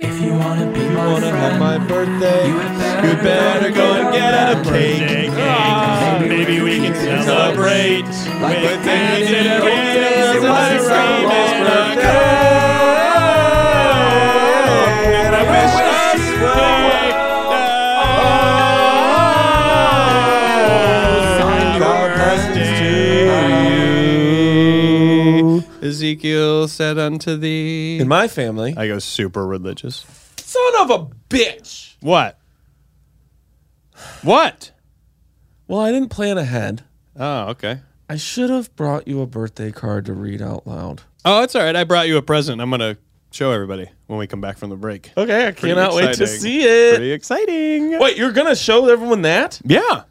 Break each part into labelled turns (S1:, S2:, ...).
S1: If you wanna be my
S2: wanna have
S1: friend,
S2: my birthday, you
S1: better
S2: better, go and get a cake. Ah,
S3: Maybe we can celebrate.
S1: like
S2: With
S1: we
S2: hands in
S1: did it
S2: our
S1: with
S2: hands
S1: it
S2: and a
S1: was so
S2: round
S1: long
S2: and a cake.
S1: ago.
S2: And I wish us Ah.
S3: Oh. Happy birthday. Ezekiel said unto thee.
S4: In my family,
S3: I go super religious.
S4: son of a bitch.
S3: What? What?
S4: Well, I didn't plan ahead.
S3: Oh, okay.
S4: I should have brought you a birthday card to read out loud.
S3: Oh, it's all right. I brought you a present. I'm gonna show everybody when we come back from the break.
S4: Okay, I
S3: Pretty
S4: cannot wait to
S3: exciting.
S4: see it.
S3: Pretty exciting.
S4: Wait, you're gonna show everyone that?
S3: Yeah.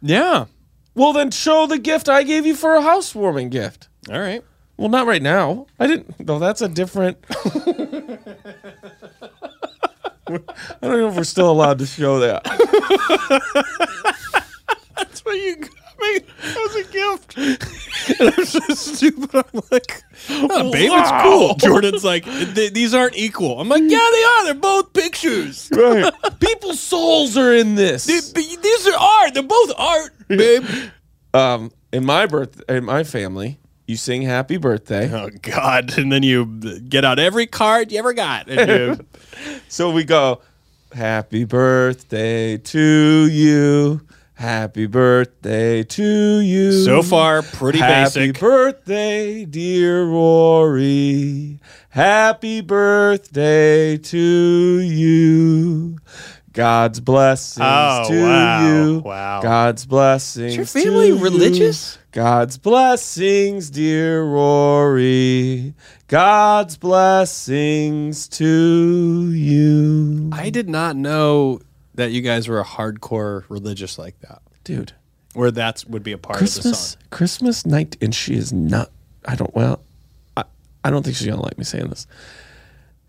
S3: Yeah.
S4: Well, then show the gift I gave you for a housewarming gift.
S3: All right.
S4: Well, not right now. I didn't. No, that's a different. I don't know if we're still allowed to show that.
S3: That's what you got me. That was a gift. and I'm so stupid. I'm like, oh, babe, it's cool. Jordan's like, "Th- these aren't equal. I'm like, yeah, they are. They're both pictures.
S4: Right. People's souls are in
S3: They-
S4: this.
S3: but these are art. They're both art, babe.
S4: Um, in my birth, in my family, you sing "Happy Birthday."
S3: oh, God. And then you get out every card you ever got. And you,
S4: So we go, "Happy Birthday to you." Happy birthday to you.
S3: so far, pretty
S4: Happy
S3: basic.
S4: birthday, dear Rory. Happy birthday to you. God's blessings
S3: Oh,
S4: to
S3: wow.
S4: you.
S3: Wow.
S4: God's blessings.
S3: Is your family
S4: to you.
S3: religious?
S4: God's blessings, dear Rory. God's blessings to you.
S3: I did not know that you guys were hardcore religious like that,
S4: Dude,
S3: where that would be a part of the
S4: Christmas,
S3: song.
S4: Christmas night, and she is not. I don't. Well, I, I don't think she's gonna like me saying this.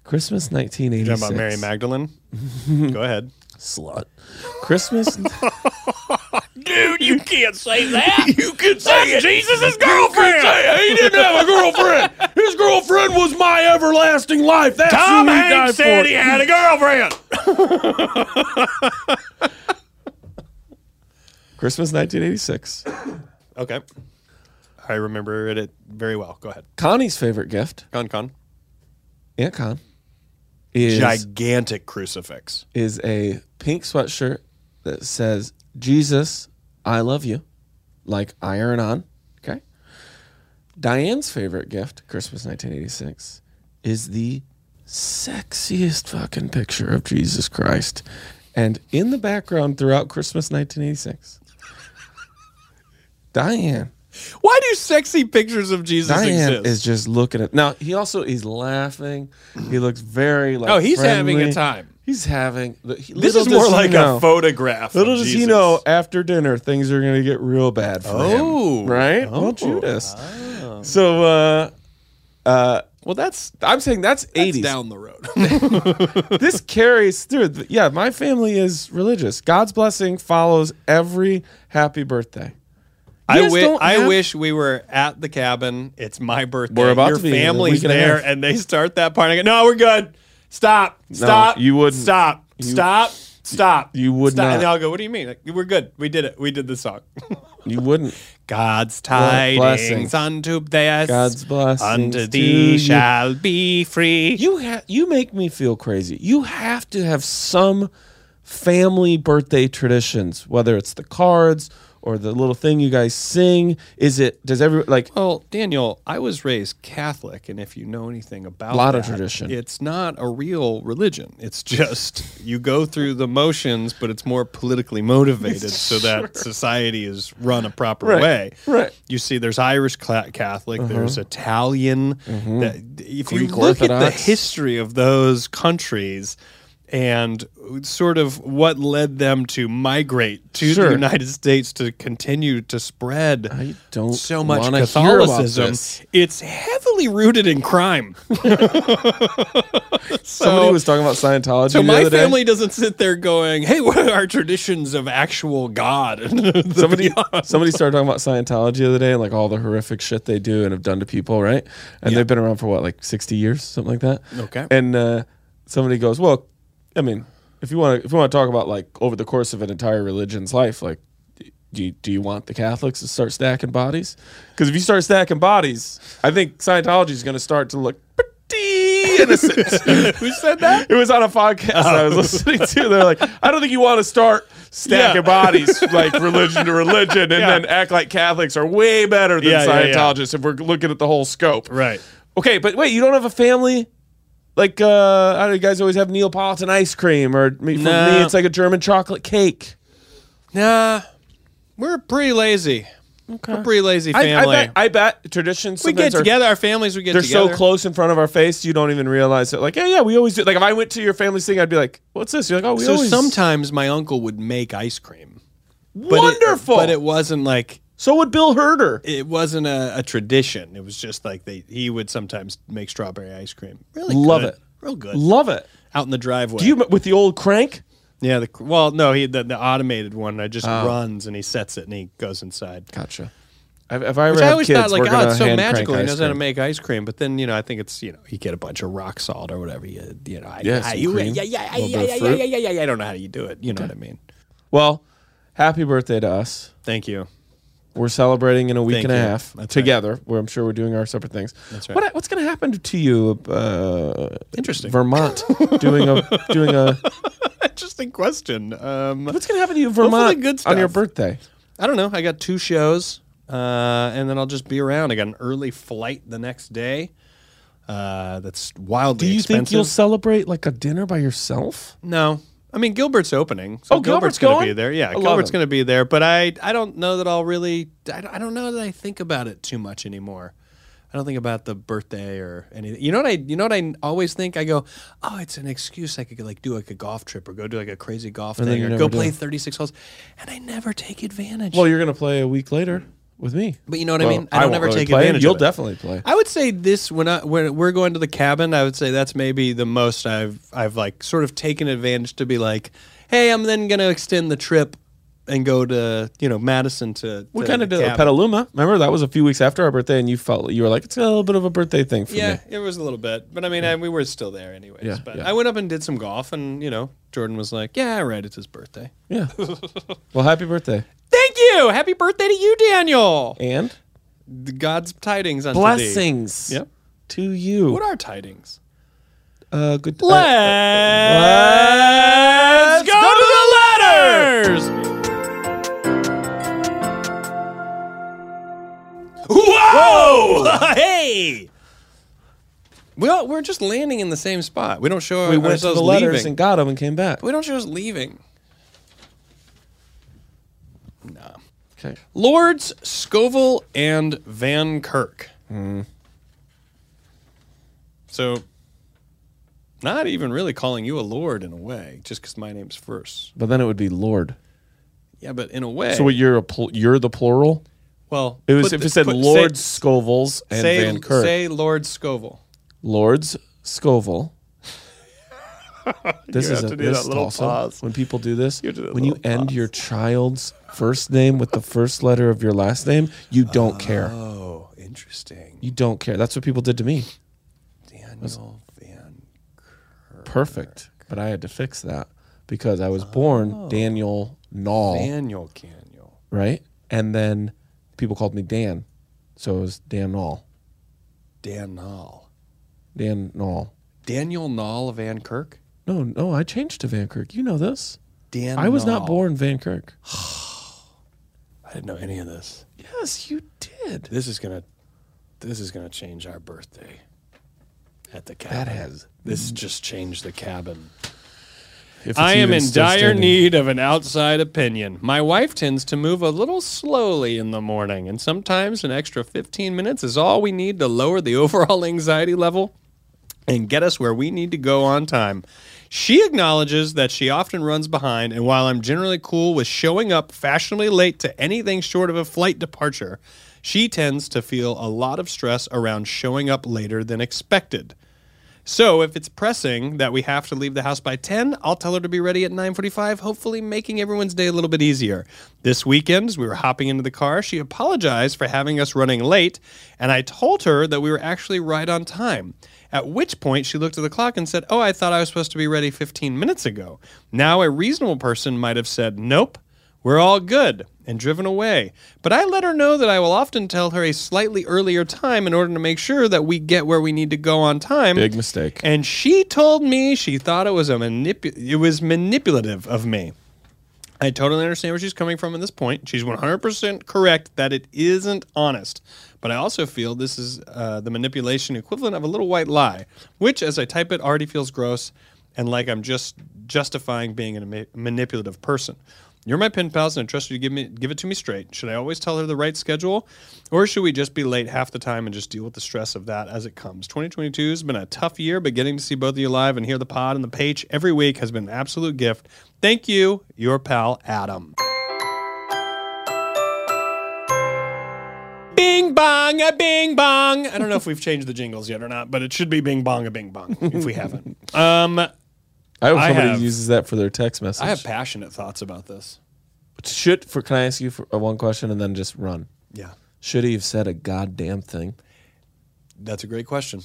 S4: Christmas nineteen eighty
S3: You're
S4: six.
S3: talking about Mary Magdalene? Go ahead.
S4: Slut. Christmas.
S3: Dude, you can't say that. you can say That's Jesus' girlfriend.
S4: he didn't have a girlfriend. His girlfriend was my everlasting life. That's
S3: Tom Hanks said he had a girlfriend.
S4: Christmas nineteen eighty six.
S3: Okay. I remember it very well. Go ahead.
S4: Connie's favorite gift,
S3: Con Con.
S4: Aunt Con, is
S3: Gigantic crucifix.
S4: is a pink sweatshirt that says Jesus, I love you, like iron on. Okay. Diane's favorite gift, Christmas 1986, is the sexiest fucking picture of Jesus Christ. And in the background throughout Christmas 1986, Diane,
S3: Why do sexy pictures of Jesus
S4: Diane
S3: exist?
S4: is just looking at. Now he also is laughing. He looks very like.
S3: Oh, he's having a
S4: friendly.
S3: time.
S4: He's having. He,
S3: this is more like a
S4: phone.
S3: photograph.
S4: Little
S3: of
S4: does he
S3: Jesus.
S4: know, after dinner, things are going to get real bad for him.
S3: Oh. Ah.
S4: Right? Well, Judas. So, uh, uh, Well, that's I'm saying that's
S3: That's
S4: eighties.
S3: down the road.
S4: this carries through. The- Yeah, my family is religious. God's blessing follows every happy birthday.
S3: I,
S4: guys
S3: wi-
S4: don't
S3: I
S4: have-
S3: wish we were at the cabin. It's my birthday.
S4: We're about
S3: Your
S4: to be.
S3: family's
S4: We can
S3: there,
S4: have-
S3: and they start that part. I go, no, we're good. Stop. Stop.
S4: you wouldn't.
S3: Stop. Stop. Stop.
S4: you would
S3: Stop.
S4: not.
S3: And I'll go, what do you mean? Like, we're good. We did it. We did the song.
S4: You wouldn't.
S3: God's
S4: God's blessings.
S3: tidings unto this.
S4: God's blessings
S3: Unto
S4: to
S3: thee
S4: you.
S3: shall be free.
S4: You ha- you make me feel crazy. You have to have some family birthday traditions, whether it's the cards or the little thing you guys sing. Is it does every like
S3: Well, Daniel, I was raised Catholic, and if you know anything about
S4: Lot of
S3: that,
S4: tradition.
S3: it's not a real religion. It's just you go through the motions, but it's more politically motivated so that society is run a proper
S4: Right,
S3: way.
S4: right. Uh-huh.
S3: You see, there's Irish cla Catholic, there's Italian. That, if you
S4: Mm-hmm. Greek
S3: look at the
S4: Orthodox.
S3: history of those countries. And sort of what led them to migrate to
S4: Sure.
S3: the United States to continue to spread
S4: I don't
S3: so much
S4: wanna hear about
S3: Catholicism.
S4: this.
S3: It's heavily rooted in crime.
S4: Somebody was talking about Scientology.
S3: So
S4: the
S3: my
S4: other day.
S3: family doesn't sit there going, "Hey, what are our traditions of actual God?"
S4: somebody somebody started talking about Scientology the other day and like all the horrific shit they do and have done to people, right? And they've been around for what, like sixty years, something like that.
S3: Okay.
S4: And uh, somebody goes, "Well, I mean, if you want to, if you want to talk about like over the course of an entire religion's life, like." Do you, do you want the Catholics to start stacking bodies? Because if you start stacking bodies, I think Scientology is going to start to look pretty innocent.
S3: who said that?
S4: It was on a podcast I was listening to. They're like, I don't think you want to start stacking
S3: Yeah.
S4: bodies like religion to religion and then act like Catholics are way better than
S3: Yeah, yeah, yeah.
S4: Scientologists if we're looking at the whole scope.
S3: Right.
S4: Okay, but wait, you don't have a family? Like, uh, I don't know, you guys always have Neapolitan ice cream, or me, for
S3: No.
S4: me, it's like a German chocolate cake.
S3: Nah, we're pretty lazy. We're a pretty lazy
S4: I,
S3: family.
S4: I, bet, I bet traditions
S3: we get
S4: sometimes are-
S3: together. Our families we get
S4: They're
S3: together.
S4: so close in front of our face, you don't even realize it. Like, yeah, yeah, we always do. Like, if I went to your family's thing, I'd be like, "What's this?" You're like, "Oh, we
S3: So
S4: always."
S3: sometimes my uncle would make ice cream. But it-
S4: wonderful.
S3: but it wasn't like
S4: So would Bill Herder.
S3: it wasn't a, a tradition. It was just like they he would sometimes make strawberry ice cream. Really
S4: Love
S3: good.
S4: it.
S3: Real good.
S4: Love it.
S3: Out in the driveway.
S4: Do you with the old crank?
S3: yeah, the well, no, he the, the automated one that just
S4: Oh.
S3: runs and he sets it and he goes inside.
S4: Gotcha. If, if I ever
S3: Which I
S4: have
S3: always
S4: kids,
S3: thought like,
S4: we're
S3: oh,
S4: gonna
S3: it's so
S4: hand
S3: magical. He
S4: crank
S3: knows
S4: ice
S3: how to
S4: cream.
S3: make ice cream, but then you know, I think it's you know, you get a bunch of rock salt or whatever you you know. I,
S4: Yeah,
S3: I,
S4: some
S3: you-
S4: cream,
S3: yeah, yeah,
S4: a
S3: I-
S4: little
S3: yeah,
S4: bit
S3: yeah,
S4: of
S3: yeah,
S4: fruit.
S3: yeah, yeah, yeah, yeah. I don't know how you do it. You know what I mean?
S4: Well, happy birthday to us.
S3: Thank you.
S4: We're celebrating in a week
S3: Thank
S4: and a
S3: you.
S4: half
S3: That's
S4: together. Where I'm sure we're doing our separate things. That's
S3: right.
S4: What, what's going to happen to you? Uh,
S3: Interesting.
S4: Vermont doing a doing a.
S3: Interesting question. Um,
S4: What's going to happen to you, in Vermont,
S3: good
S4: on your
S3: stuff.
S4: birthday?
S3: I don't know. I got two shows, uh, and then I'll just be around. I got an early flight the next day. Uh, that's wildly
S4: Do you
S3: expensive.
S4: think you'll celebrate like a dinner by yourself?
S3: no, I mean Gilbert's opening. So
S4: Oh, Gilbert's
S3: gonna
S4: going?
S3: be there. Yeah,
S4: I love
S3: Gilbert's
S4: him.
S3: going to be there. But I, I don't know that I'll really. I don't, I don't know that I think about it too much anymore. I don't think about the birthday or anything. You know what I? You know what I always think? I go, oh, it's an excuse. I could like do like a golf trip or go do like a crazy golf
S4: then
S3: thing
S4: you
S3: or
S4: never
S3: go
S4: do.
S3: play thirty six holes, and I never take advantage.
S4: Well, you're going to play a week later with me.
S3: But you know what I
S4: Well,
S3: mean? I don't
S4: won't
S3: ever
S4: really
S3: take
S4: play.
S3: advantage
S4: You'll
S3: of it.
S4: definitely play.
S3: I would say this when I when we're going to the cabin, I would say that's maybe the most I've I've like sort of taken advantage to be like, hey, I'm then gonna extend the trip and go to you know Madison to.
S4: We
S3: to
S4: kind of
S3: the
S4: did it with
S3: cabin.
S4: Petaluma. Remember that was a few weeks after our birthday, and you felt you were like, it's a little bit of a birthday thing for
S3: Yeah,
S4: me.
S3: it was a little bit, but I mean, I, we were still there anyways.
S4: Yeah,
S3: but
S4: yeah.
S3: I went up and did some golf, and you know, Jordan was like, "Yeah, right, it's his birthday."
S4: Yeah. well, happy birthday.
S3: Thank you. Happy birthday to you, Daniel.
S4: And
S3: The God's tidings on
S4: blessings
S3: Yep.
S4: to you.
S3: What are tidings?
S4: uh, good
S3: Let's go to the letters. Whoa! hey! Well, we're just landing in the same spot. We don't show
S4: we went to
S3: ourselves
S4: the letters
S3: leaving.
S4: and got them and came back.
S3: we don't show us leaving. No.
S4: Okay.
S3: Lords Scoville and Van Kirk. So, not even really calling you a lord in a way, just because my name's first.
S4: But then it would be Lord.
S3: Yeah, but in a way.
S4: So what, you're a pl- you're the plural.
S3: well,
S4: It was
S3: put
S4: if
S3: the-
S4: it said
S3: put-
S4: Lord
S3: say,
S4: Scovilles and
S3: say,
S4: Van Kirk.
S3: say Lord Scoville.
S4: Lords Scoville. This
S2: You
S4: is
S2: have
S4: a,
S2: to do
S4: this
S2: that little
S4: also,
S2: pause.
S4: When people do this,
S2: You have to do that
S4: when you
S2: little
S4: end your child's first name with the first letter of your last name, you don't care.
S3: Oh, interesting.
S4: You don't care. That's what people did to me.
S3: Daniel Van.
S4: Perfect. But I had to fix that because I was
S2: Oh.
S4: born Daniel Nall.
S3: Daniel Canyon.
S4: right? And then people called me Dan, so it was Dan Nall.
S3: Dan Nall.
S4: Dan Nall.
S3: Daniel Nall Van Kirk?
S4: No, no, I changed to Van Kirk. You know this.
S3: Dan
S4: I was not
S3: Nall.
S4: born Van Kirk.
S3: I didn't know any of this.
S4: Yes, you did.
S3: This is gonna this is gonna change our birthday at the cabin.
S4: That has-
S3: this just changed the cabin.
S4: If
S3: I
S4: it's
S3: am
S4: even
S3: in
S4: still
S3: dire
S4: standing.
S3: need of an outside opinion. My wife tends to move a little slowly in the morning, and sometimes an extra 15 minutes is all we need to lower the overall anxiety level and get us where we need to go on time. She acknowledges that she often runs behind, and while I'm generally cool with showing up fashionably late to anything short of a flight departure, she tends to feel a lot of stress around showing up later than expected. So if it's pressing that we have to leave the house by 10, I'll tell her to be ready at 9:45, hopefully making everyone's day a little bit easier. This weekend, as we were hopping into the car, she apologized for having us running late, and I told her that we were actually right on time. At which point she looked at the clock and said, "Oh, I thought I was supposed to be ready 15 minutes ago." Now a reasonable person might have said, "Nope, we're all good and driven away. But I let her know that I will often tell her a slightly earlier time in order to make sure that we get where we need to go on time.
S4: Big mistake.
S3: And she told me she thought it was a manipu- it was manipulative of me. I totally understand where she's coming from at this point. She's 100% correct that it isn't honest. But I also feel this is uh, the manipulation equivalent of a little white lie, which, as I type it, already feels gross and like I'm just justifying being a ma- manipulative person. You're my pen pals, and I trust you to give me give it to me straight. Should I always tell her the right schedule, or should we just be late half the time and just deal with the stress of that as it comes? 2022 has been a tough year, but getting to see both of you live and hear the pod and the page every week has been an absolute gift. Thank you, your pal Adam. Bing bong a bing bong. I don't know if we've changed the jingles yet or not, but it should be bing bong a bing bong if we haven't. Um,
S4: I hope
S3: I
S4: somebody
S3: have-
S4: uses that for their text message.
S3: I have passionate thoughts about this.
S4: Should for can I ask you for uh, one question and then just run?
S3: Yeah,
S4: Should he have said a goddamn thing?
S3: that's a great question.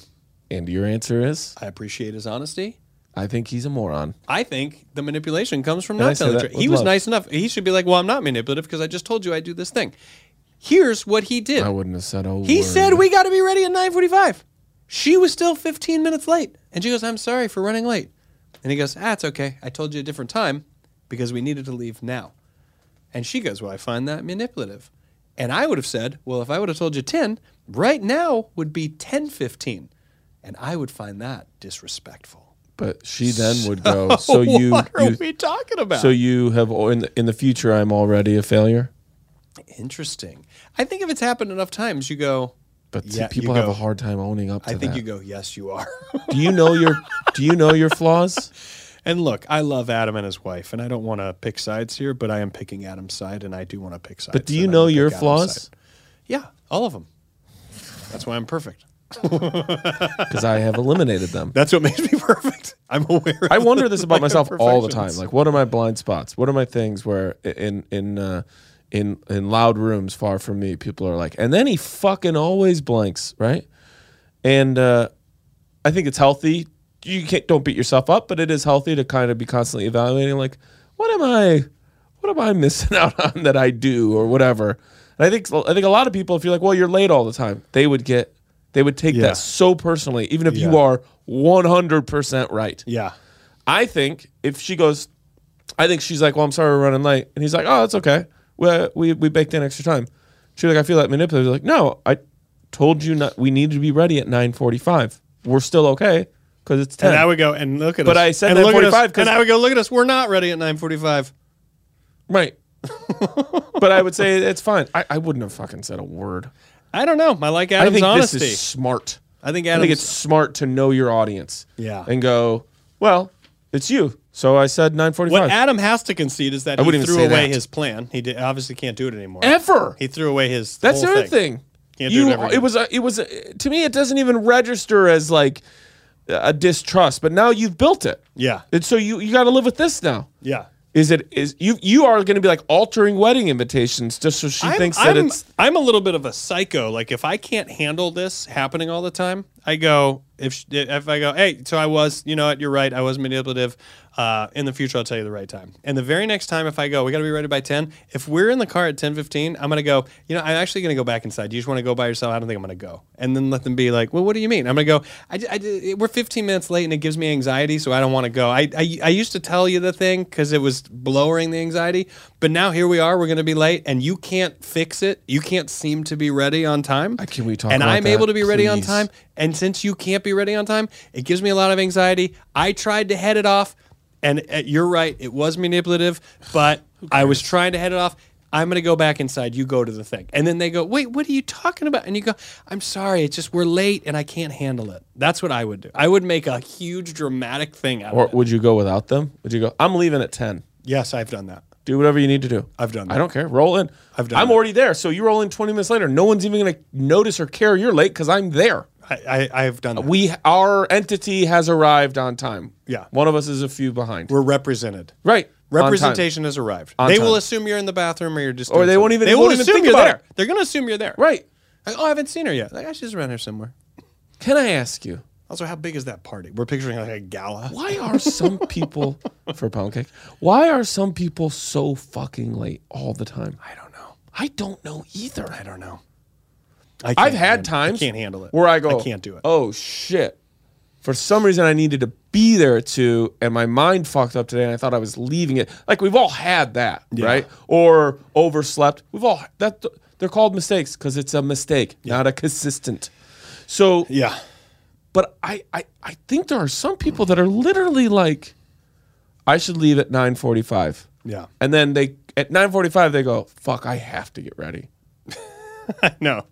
S4: And your answer is,
S3: I appreciate his honesty.
S4: I think he's a moron.
S3: I think the manipulation comes from
S4: And I
S3: not
S4: say
S3: telling the
S4: that
S3: truth. He
S4: with
S3: was
S4: love.
S3: nice enough. He should be like, "Well, I'm not manipulative because I just told you I do this thing." Here's what he did.
S4: I wouldn't have said a
S3: He
S4: word.
S3: said we got to be ready at 9:45. She was still 15 minutes late, and she goes, "I'm sorry for running late." And he goes, "Ah, it's okay. I told you a different time because we needed to leave now." And she goes, "Well, I find that manipulative." And I would have said, "Well, if I would have told you 10, right now would be 10:15." And I would find that disrespectful.
S4: But she then would go. So you,
S3: what are
S4: you
S3: we talking about?
S4: So you have or in the, in the future. I'm already a failure,
S3: Interesting. I think if it's happened enough times, you go.
S4: but see,
S3: Yeah, you
S4: people have
S3: go.
S4: a hard time owning up to
S3: I think
S4: that.
S3: you go. Yes, you are.
S4: do you know your Do you know your flaws?
S3: and look, I love Adam and his wife, and I don't want to pick sides here, but I am picking Adam's side, and I do want to pick sides.
S4: But do you
S3: and I
S4: know
S3: will pick
S4: your
S3: Adam's
S4: flaws?
S3: side. Yeah, all of them. That's why I'm perfect.
S4: Because I have eliminated them.
S3: That's what makes me perfect. I'm aware.
S4: I
S3: of
S4: wonder this about
S3: my
S4: myself all the time.
S3: imperfections.
S4: Like, what are my blind spots? What are my things where in in uh, in in loud rooms far from me, people are like, and then he fucking always blanks, right? And uh, I think it's healthy. You can't don't beat yourself up, but it is healthy to kind of be constantly evaluating, like, what am I, what am I missing out on that I do or whatever. And I think I think a lot of people, if you're like, well, you're late all the time, they would get, they would take
S3: Yeah.
S4: that so personally, even if you
S3: Yeah.
S4: are 100% right.
S3: yeah,
S4: I think if she goes, I think she's like, "Well, I'm sorry we're running late," and he's like, "Oh, that's okay. We we, we baked in extra time." She's like, "I feel that manipulative." He's like, "No, I told you not. We needed to be ready at 9:45. We're still okay because it's 10."
S3: and I would go and look at
S4: But
S3: us.
S4: I said
S3: and look at us-
S4: 9:45 'cause-
S3: and I would go look at us. We're not ready at 9:45.
S4: right. but I would say it's fine. I, I wouldn't have fucking said a word.
S3: I don't know. I like
S4: I
S3: Adam's
S4: think
S3: honesty.
S4: this is smart.
S3: I think
S4: I
S3: Adam's
S4: think it's smart to know your audience.
S3: Yeah.
S4: And go, well, it's you. So I said 9:45.
S3: What Adam has to concede is that he
S4: wouldn't even
S3: threw
S4: say
S3: away
S4: that.
S3: his plan. He did, obviously can't do it anymore.
S4: Ever.
S3: He threw away his.
S4: That's
S3: whole
S4: the other thing.
S3: Can't do
S4: you
S3: it every day.
S4: it was a, it was a, to me it doesn't even register as like a distrust, but now you've built it.
S3: Yeah.
S4: And so you you got to live with this now.
S3: Yeah.
S4: Is it is you you are going to be like altering wedding invitations just so she
S3: I'm,
S4: thinks that
S3: I'm,
S4: it's
S3: I'm a little bit of a psycho. Like if I can't handle this happening all the time, I go if sh- if I go, hey, so I was, you know what, you're right, I was manipulative. Uh, in the future, I'll tell you the right time. And the very next time, if I go, we got to be ready by ten. If we're in the car at ten fifteen, I'm gonna go. You know, I'm actually gonna go back inside. You just want to go by yourself. I don't think I'm gonna go. And then let them be like, well, what do you mean? I'm gonna go. I, j- I j- we're fifteen minutes late, and it gives me anxiety, so I don't want to go. I, I I used to tell you the thing because it was lowering the anxiety, but now here we are. We're gonna be late, and you can't fix it. You can't seem to be ready on time. I
S4: Uh, can we talk
S3: And
S4: about
S3: I'm able
S4: that,
S3: to be ready on
S4: please?
S3: time. And since you can't be ready on time, it gives me a lot of anxiety. I tried to head it off, and uh, you're right, it was manipulative, but I was trying to head it off. I'm going to go back inside. You go to the thing. And then they go, Wait, what are you talking about? And you go, I'm sorry. It's just we're late and I can't handle it. That's what I would do. I would make a huge dramatic thing out
S4: or
S3: of it.
S4: would you go without them? Would you go I'm leaving at 10.
S3: Yes, I've done that.
S4: Do whatever you need to do.
S3: I've done
S4: I
S3: that.
S4: don't care. Roll in.
S3: I've done
S4: I'm
S3: that.
S4: already there. So you roll in 20 minutes later. No one's even going to notice or care you're late cuz I'm there.
S3: I, I, I've done that.
S4: Uh, We our entity has arrived on time.
S3: Yeah.
S4: One of us is a few behind.
S3: We're represented.
S4: right. On time.
S3: Representation has arrived. they
S4: time.
S3: will assume you're in the bathroom or you're just.
S4: Or
S3: doing
S4: they won't
S3: something.
S4: even-
S3: They
S4: they
S3: will
S4: won't even
S3: assume
S4: think
S3: you're
S4: about
S3: there.
S4: it.
S3: They're going to assume you're there.
S4: Right.
S3: Like, oh, I haven't seen her yet. Like, I should just run her somewhere.
S4: Can I ask you?
S3: Also, how big is that party? We're picturing like a gala.
S4: Why are some people for pound cake? Why are some people so fucking late all the time?
S3: I don't know.
S4: I don't know either.
S3: I don't know. I
S4: I've
S3: can't
S4: had
S3: handle-
S4: times
S3: I can't handle it.
S4: Where I go,
S3: I can't do it.
S4: Oh shit! For some reason, I needed to be there at two, and my mind fucked up today, and I thought I was leaving it. Like we've all had that, right? Or overslept. We've all that. They're called mistakes because it's a mistake, not a consistent. So
S3: Yeah.
S4: but I, I I think there are some people that are literally like, I should leave at nine forty five.
S3: Yeah.
S4: And then they at nine forty five they go, fuck, I have to get ready.
S3: No.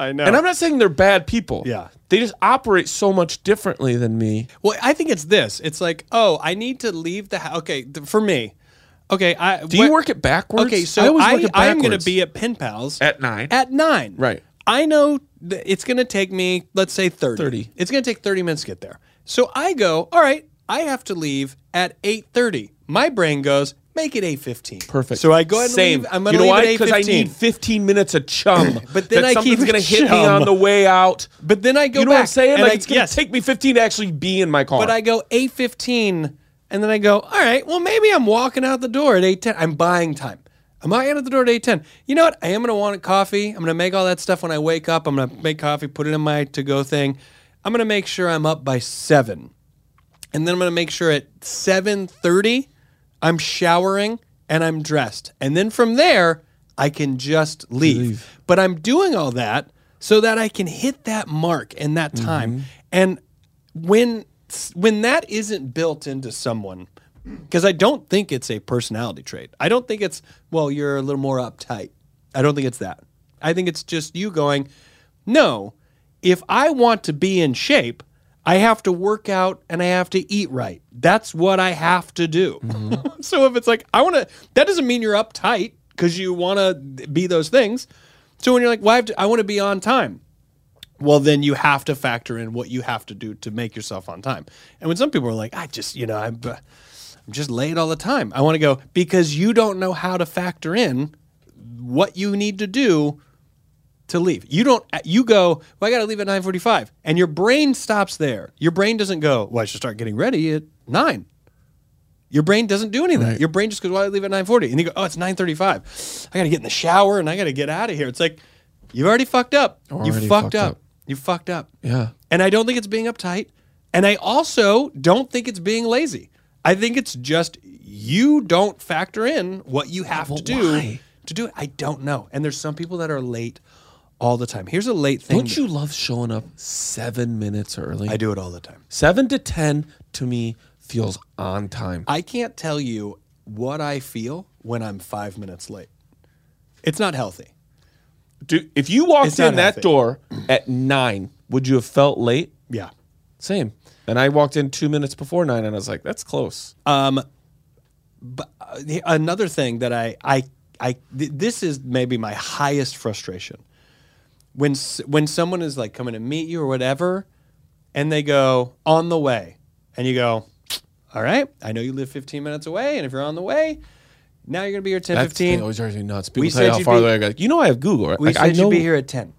S3: I know.
S4: And I'm not saying they're bad people.
S3: Yeah.
S4: They just operate so much differently than me.
S3: well, I think it's this. It's like, oh, I need to leave the house. Okay, th- for me. Okay, I
S4: Do you work it backwards?
S3: Okay, so
S4: always
S3: I,
S4: work it
S3: I'm going to
S4: backwards.
S3: be at Pen Pals
S4: At nine.
S3: At nine.
S4: Right.
S3: I know th- it's going to take me, let's say 30.
S4: 30.
S3: It's going to take 30 minutes to get there. So I go, all right, I have to leave at 8.30. My brain goes, make it 8.15.
S4: perfect.
S3: So I go ahead and
S4: Same.
S3: leave. I'm going
S4: you
S3: to leave
S4: know why?
S3: at 8.15.
S4: Because I need 15 minutes of chum.
S3: But then
S4: that
S3: I
S4: something's
S3: keep
S4: gonna hit me
S3: chum.
S4: on the way out.
S3: But then I go
S4: you know
S3: back.
S4: what I'm saying?
S3: and
S4: Like
S3: I-
S4: it's gonna
S3: yes.
S4: take me 15 to actually be in my car.
S3: But I go 8.15, and then I go, all right, well, maybe I'm walking out the door at 8.10. I'm buying time. I'm out of the door at 8.10. You know what? I am going to want a coffee. I'm going to make all that stuff when I wake up. I'm going to make coffee, put it in my to-go thing. I'm going to make sure I'm up by 7. And then I'm going to make sure at 7.30, I'm showering and I'm dressed. And then from there, I can just leave. But I'm doing all that so that I can hit that mark and that time. And when when that isn't built into someone because I don't think it's a personality trait. I don't think it's well you're a little more uptight. I don't think it's that. I think it's just you going, "No, if I want to be in shape, I have to work out and I have to eat right. That's what I have to do." so if it's like I want to that doesn't mean you're uptight cuz you want to be those things. So when you're like, "Why have to, I want to be on time?" well then you have to factor in what you have to do to make yourself on time and when some people are like i just you know i'm, uh, I'm just late all the time i want to go because you don't know how to factor in what you need to do to leave you don't uh, you go well i gotta leave at 9.45 and your brain stops there your brain doesn't go well i should start getting ready at 9 your brain doesn't do anything. Your brain just goes, "Well, I leave at 9:40," and you go, "Oh, it's 9:35. I got to get in the shower and I got to get out of here." It's like you've already fucked up. you fucked,
S4: Already fucked
S3: up.
S4: up.
S3: You fucked up.
S4: Yeah.
S3: And I don't think it's being uptight, and I also don't think it's being lazy. I think it's just you don't factor in what you have to do
S4: why?
S3: to do it. I don't know. And there's some people that are late all the time. Here's a late thing.
S4: Don't
S3: that-
S4: you love showing up seven minutes early?
S3: I do it all the time.
S4: Seven to ten to me feels on time.
S3: I can't tell you what I feel when I'm five minutes late. It's not healthy.
S4: Do, if you walked
S3: It's not
S4: in that
S3: healthy.
S4: door at nine, would you have felt late?
S3: Yeah.
S4: Same. And I walked in two minutes before nine, and I was like, "That's close."
S3: Uh, the- Another thing that I I I th- this is maybe my highest frustration. when s- when someone is like coming to meet you or whatever, and they go on the way, and you go, all right, I know you live 15 minutes away, and if you're on the way, now you're gonna be here 10,
S4: That's the thing
S3: 15.
S4: that always drives me nuts. People
S3: We
S4: tell you
S3: said
S4: how
S3: you'd
S4: far
S3: be-
S4: away I go. Like, you know I have Google, right?
S3: We
S4: like,
S3: said
S4: I
S3: you'd
S4: know
S3: be here at 10.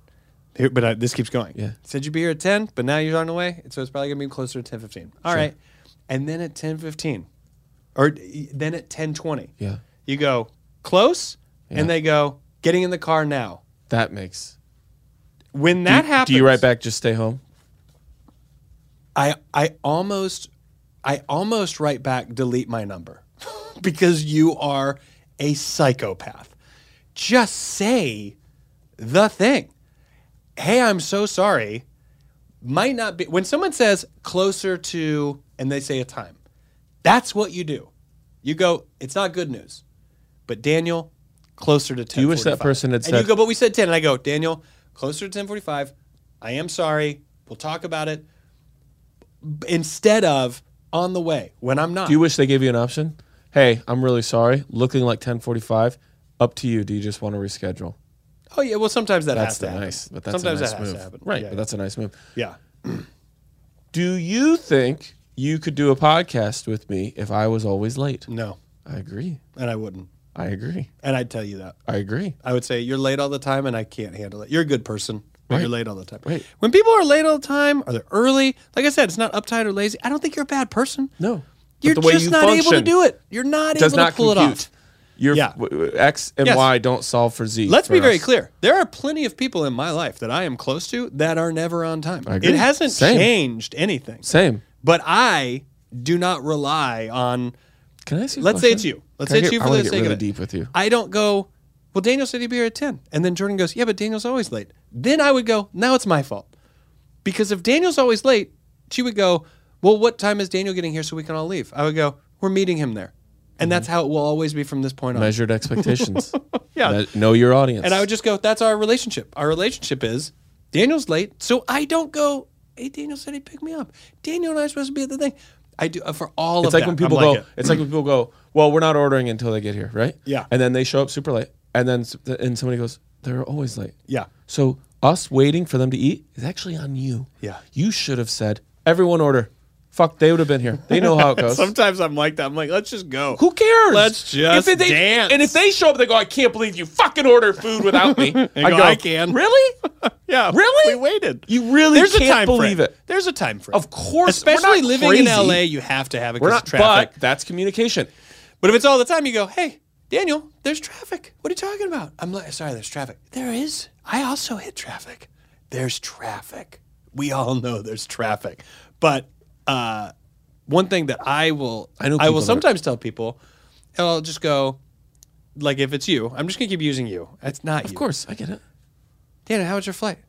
S3: Here, but uh, this keeps going.
S4: Yeah.
S3: Said you'd be here at 10, but now you're on the way. So it's probably going to be closer to 10:15. All right, And then at 10:15, or y- then at 10:20,
S4: Yeah.
S3: you go close,
S4: Yeah.
S3: and they go getting in the car now.
S4: That makes
S3: When that
S4: do, you-
S3: happens,
S4: Do you write back? Just stay home.
S3: I I almost I almost write back delete my number because you are a psychopath. Just say the thing. Hey, I'm so sorry. Might not be when someone says closer to and they say a time. That's what you do. You go, it's not good news. But Daniel, closer to 10.
S4: you wish that person had
S3: and
S4: said-
S3: you go, but we said 10. And I go, Daniel, closer to 1045. I am sorry. We'll talk about it instead of on the way when I'm not.
S4: Do you wish they gave you an option? Hey, I'm really sorry. Looking like 10:45. Up to you. Do you just want to reschedule?
S3: oh yeah, well sometimes that has
S4: That's
S3: to
S4: the
S3: happen.
S4: nice, but that's
S3: sometimes
S4: a nice
S3: that
S4: move,
S3: has to happen.
S4: right?
S3: Yeah,
S4: but that's a nice move.
S3: yeah.
S4: Do you think you could do a podcast with me if I was always late?
S3: No,
S4: I agree.
S3: and I wouldn't.
S4: I agree.
S3: And I'd tell you that.
S4: I agree.
S3: I would say you're late all the time, and I can't handle it. You're a good person, but you're late all the time.
S4: Right.
S3: When people are late all the time, or they're early, like I said, it's not uptight or lazy. I don't think you're a bad person.
S4: No. But
S3: You're
S4: the way
S3: just
S4: you
S3: not able to
S4: function
S3: do it. You're not
S4: Does
S3: able
S4: not
S3: to pull it
S4: compute.
S3: off.
S4: Your
S3: Yeah.
S4: w- w- X and
S3: Yes.
S4: Y don't solve for Z.
S3: Let's
S4: for
S3: be very
S4: us.
S3: clear. There are plenty of people in my life that I am close to that are never on time.
S4: agree.
S3: It hasn't
S4: Same.
S3: changed anything.
S4: Same.
S3: But I do not rely on.
S4: Can I see?
S3: Let's say it's you. Let's say it's you for
S4: I wanna
S3: the
S4: get
S3: sake of
S4: really
S3: it.
S4: deep with you.
S3: I don't go. Well, Daniel said he'd be here at ten, and then Jordan goes, "Yeah, but Daniel's always late." Then I would go, "Now it's my fault," because if Daniel's always late, she would go, "Well, what time is Daniel getting here so we can all leave?" I would go, "We're meeting him there," and
S4: Mm-hmm.
S3: that's how it will always be from this point on.
S4: Measured expectations.
S3: Yeah.
S4: Me- know your audience.
S3: And I would just go, that's our relationship. Our relationship is Daniel's late, so I don't go, hey, Daniel said he'd pick me up. Daniel and I are supposed to be at the thing. I do uh, for all
S4: It's
S3: of
S4: like when
S3: that, I'm
S4: people go.
S3: it.
S4: It's like when people go. Well, we're not ordering until they get here, right?
S3: Yeah.
S4: And then they show up super late, and then s- and somebody goes, "They're always late."
S3: Yeah.
S4: So us waiting for them to eat is actually on you.
S3: Yeah.
S4: You should have said, "Everyone order." Fuck, they would have been here. They know how it goes.
S3: Sometimes I'm like that. I'm like, let's just go.
S4: Who cares?
S3: Let's just
S4: If they-
S3: dance.
S4: And if they show up, they go, "I can't believe you fucking order food without me."
S3: go, "I can."
S4: Really?
S3: Yeah.
S4: Really?
S3: We waited.
S4: You really
S3: There's a
S4: can't
S3: time
S4: believe
S3: frame.
S4: it.
S3: There's a time frame.
S4: Of course, we're
S3: Especially
S4: not
S3: living in
S4: crazy.
S3: LA, you have to have it
S4: We're
S3: because
S4: not.
S3: of traffic.
S4: But that's communication.
S3: But if it's all the time, you go, hey, Daniel, there's traffic. What are you talking about? I'm like, sorry, there's traffic. There is. I also hit traffic. There's traffic. We all know there's traffic. But uh, one thing that I will, I,
S4: know people
S3: will
S4: that-
S3: sometimes tell people, and I'll just go, like, if it's you, I'm just gonna keep using you. It's not you.
S4: Of course, I get it.
S3: Daniel, how was your flight?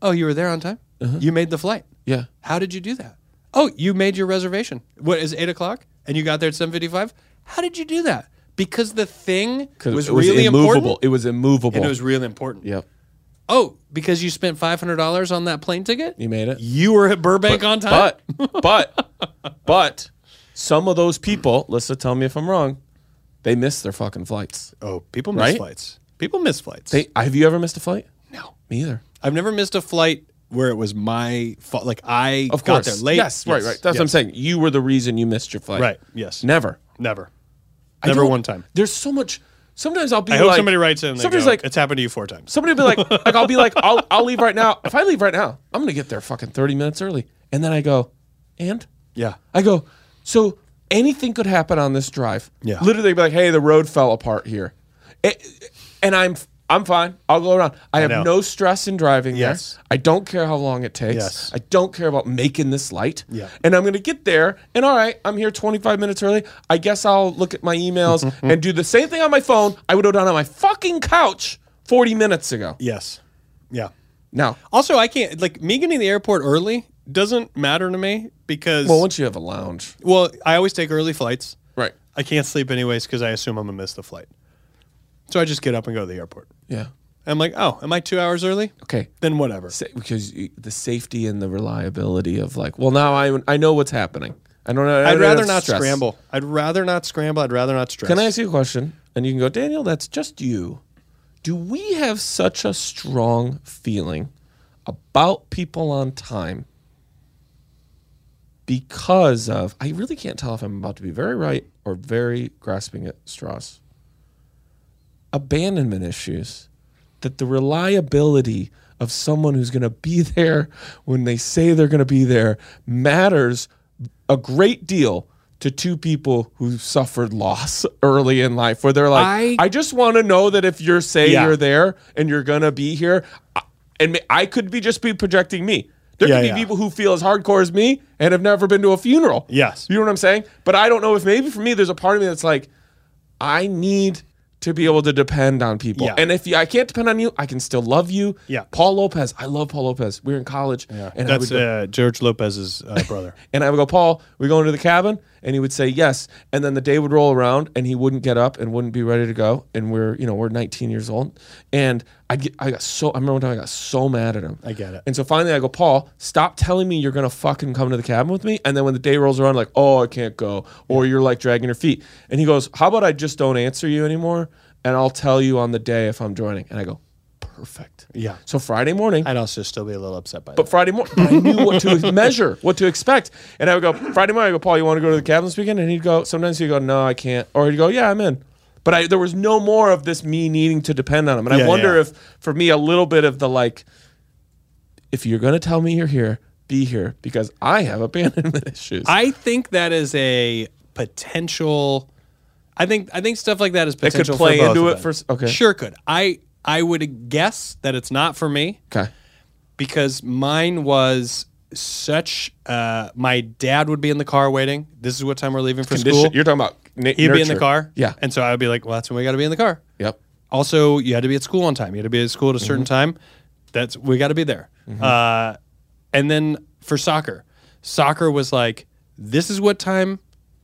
S3: Oh, you were there on time.
S4: Uh-huh.
S3: You made the flight.
S4: Yeah.
S3: How did you do that? Oh, you made your reservation. What is it eight o'clock? And you got there at seven fifty-five. How did you do that? Because the thing
S4: 'Cause
S3: was, really
S4: immovable.
S3: important,
S4: It was immovable.
S3: and it was really important.
S4: Yep.
S3: Oh, because you spent five hundred dollars on that plane ticket.
S4: You made it.
S3: You were at Burbank on time.
S4: But, but, but, some of those people, Lissa, tell me if I'm wrong, they miss their fucking flights.
S3: oh, people miss
S4: Right?
S3: flights. People miss flights.
S4: They, have you ever missed a flight?
S3: no.
S4: Me either.
S3: I've never missed a flight where it was my fault. Like I
S4: Of
S3: got
S4: course.
S3: there late.
S4: Yes, right,
S3: Yes.
S4: right. That's what I'm saying. You were the reason you missed your flight.
S3: Right, yes.
S4: Never.
S3: Never.
S4: I
S3: Never
S4: don't-
S3: one time.
S4: There's so much. Sometimes I'll be
S3: I
S4: like.
S3: hope somebody writes in. and they
S4: Somebody's
S3: go,
S4: like,
S3: it's happened to you four times.
S4: somebody will be like, like, I'll be like, I'll, I'll leave right now. If I leave right now, I'm going to get there fucking 30 minutes early. And then I go, and?
S3: Yeah.
S4: I go, so anything could happen on this drive.
S3: Yeah.
S4: Literally be like, hey, the road fell apart here. It- and I'm I'm fine. I'll go around. I, have
S3: know.
S4: no stress in driving
S3: Yes.
S4: there. I don't care how long it takes.
S3: Yes.
S4: I don't care about making this light.
S3: Yeah.
S4: And I'm going to get there. And all right, I'm here 25 minutes early. I guess I'll look at my emails
S3: Mm-hmm.
S4: and do the same thing on my phone I would have done on my fucking couch 40 minutes ago.
S3: Yes. Yeah.
S4: Now,
S3: Also, I can't like me getting to the airport early doesn't matter to me because
S4: well,
S3: well,
S4: once you have a lounge,
S3: I always take early flights.
S4: right?
S3: I can't sleep anyways because I assume I'm gonna miss the flight. So I just get up and go to the airport.
S4: Yeah.
S3: I'm like, oh, am I two hours early?
S4: Okay.
S3: Then whatever.
S4: sa- because you, the safety and the reliability of like, well, now I I know what's happening. I don't know. I
S3: I'd
S4: don't
S3: rather
S4: have
S3: not
S4: stress.
S3: scramble. I'd rather not scramble. I'd rather not stress.
S4: Can I ask you a question? And you can go, Daniel. That's just you. Do we have such a strong feeling about people on time because of I really can't tell if I'm about to be very right or very grasping at straws. Abandonment issues that the reliability of someone who's going to be there when they say they're going to be there matters a great deal to two people who suffered loss early in life where they're like I,
S3: I-
S4: just want to know that if you're say
S3: Yeah.
S4: you're there and you're going to be here I- and ma- I could be just be projecting me there
S3: Yeah,
S4: could be
S3: yeah.
S4: people who feel as hardcore as me and have never been to a funeral
S3: Yes.
S4: you know what I'm saying? But I don't know if maybe for me, there's a part of me that's like, I need to be able to depend on people.
S3: Yeah.
S4: And if you, I can't depend on you, I can still love you.
S3: Yeah.
S4: Paul Lopez. I love Paul Lopez. We were in college. And I would
S3: That's
S4: go,
S3: uh, George Lopez's uh, brother.
S4: and I would go, Paul, we going to the cabin? And he would say yes. And then the day would roll around and he wouldn't get up and wouldn't be ready to go. And we're, you know, we're 19 years old. And I get, I got so, I remember one time I got so mad at him. I
S3: get it.
S4: And so finally I go, Paul, stop telling me you're going to fucking come to the cabin with me. And then when the day rolls around, like, oh, I can't go. Or you're like dragging your feet. And he goes, how about I just don't answer you anymore? And I'll tell you on the day if I'm joining. And I go, perfect.
S3: Yeah.
S4: So Friday morning,
S3: I'd also still be a little upset by
S4: but Friday morning, I knew what to measure, what to expect. And I would go, Friday morning, I go, Paul, you want to go to the cabin this weekend? And he'd go, sometimes he'd go, no, I can't. Or he'd go, yeah, I'm in. But I, there was no more of this me needing to depend on him. And I
S3: Yeah,
S4: wonder
S3: yeah.
S4: if, for me, a little bit of the like, if you're going to tell me you're here, be here because I have abandonment issues.
S3: I think that is a potential. I think I think stuff like that is
S4: could
S3: potential.
S4: play
S3: for both
S4: into
S3: of
S4: it
S3: them.
S4: for s- okay.
S3: sure could. I I would guess that it's not for me
S4: okay.
S3: because mine was such. Uh, my dad would be in the car waiting. This is what time we're leaving for
S4: Condition,
S3: school.
S4: you're talking about na-
S3: He'd be in
S4: nurture.
S3: the car.
S4: Yeah.
S3: and so I would be like, well, that's when we got to be in the car.
S4: yep.
S3: Also, you had to be at school on time. You had to be at school at a certain
S4: Mm-hmm.
S3: time. That's we got to be there. Uh, and then for soccer, soccer was like, this is what time.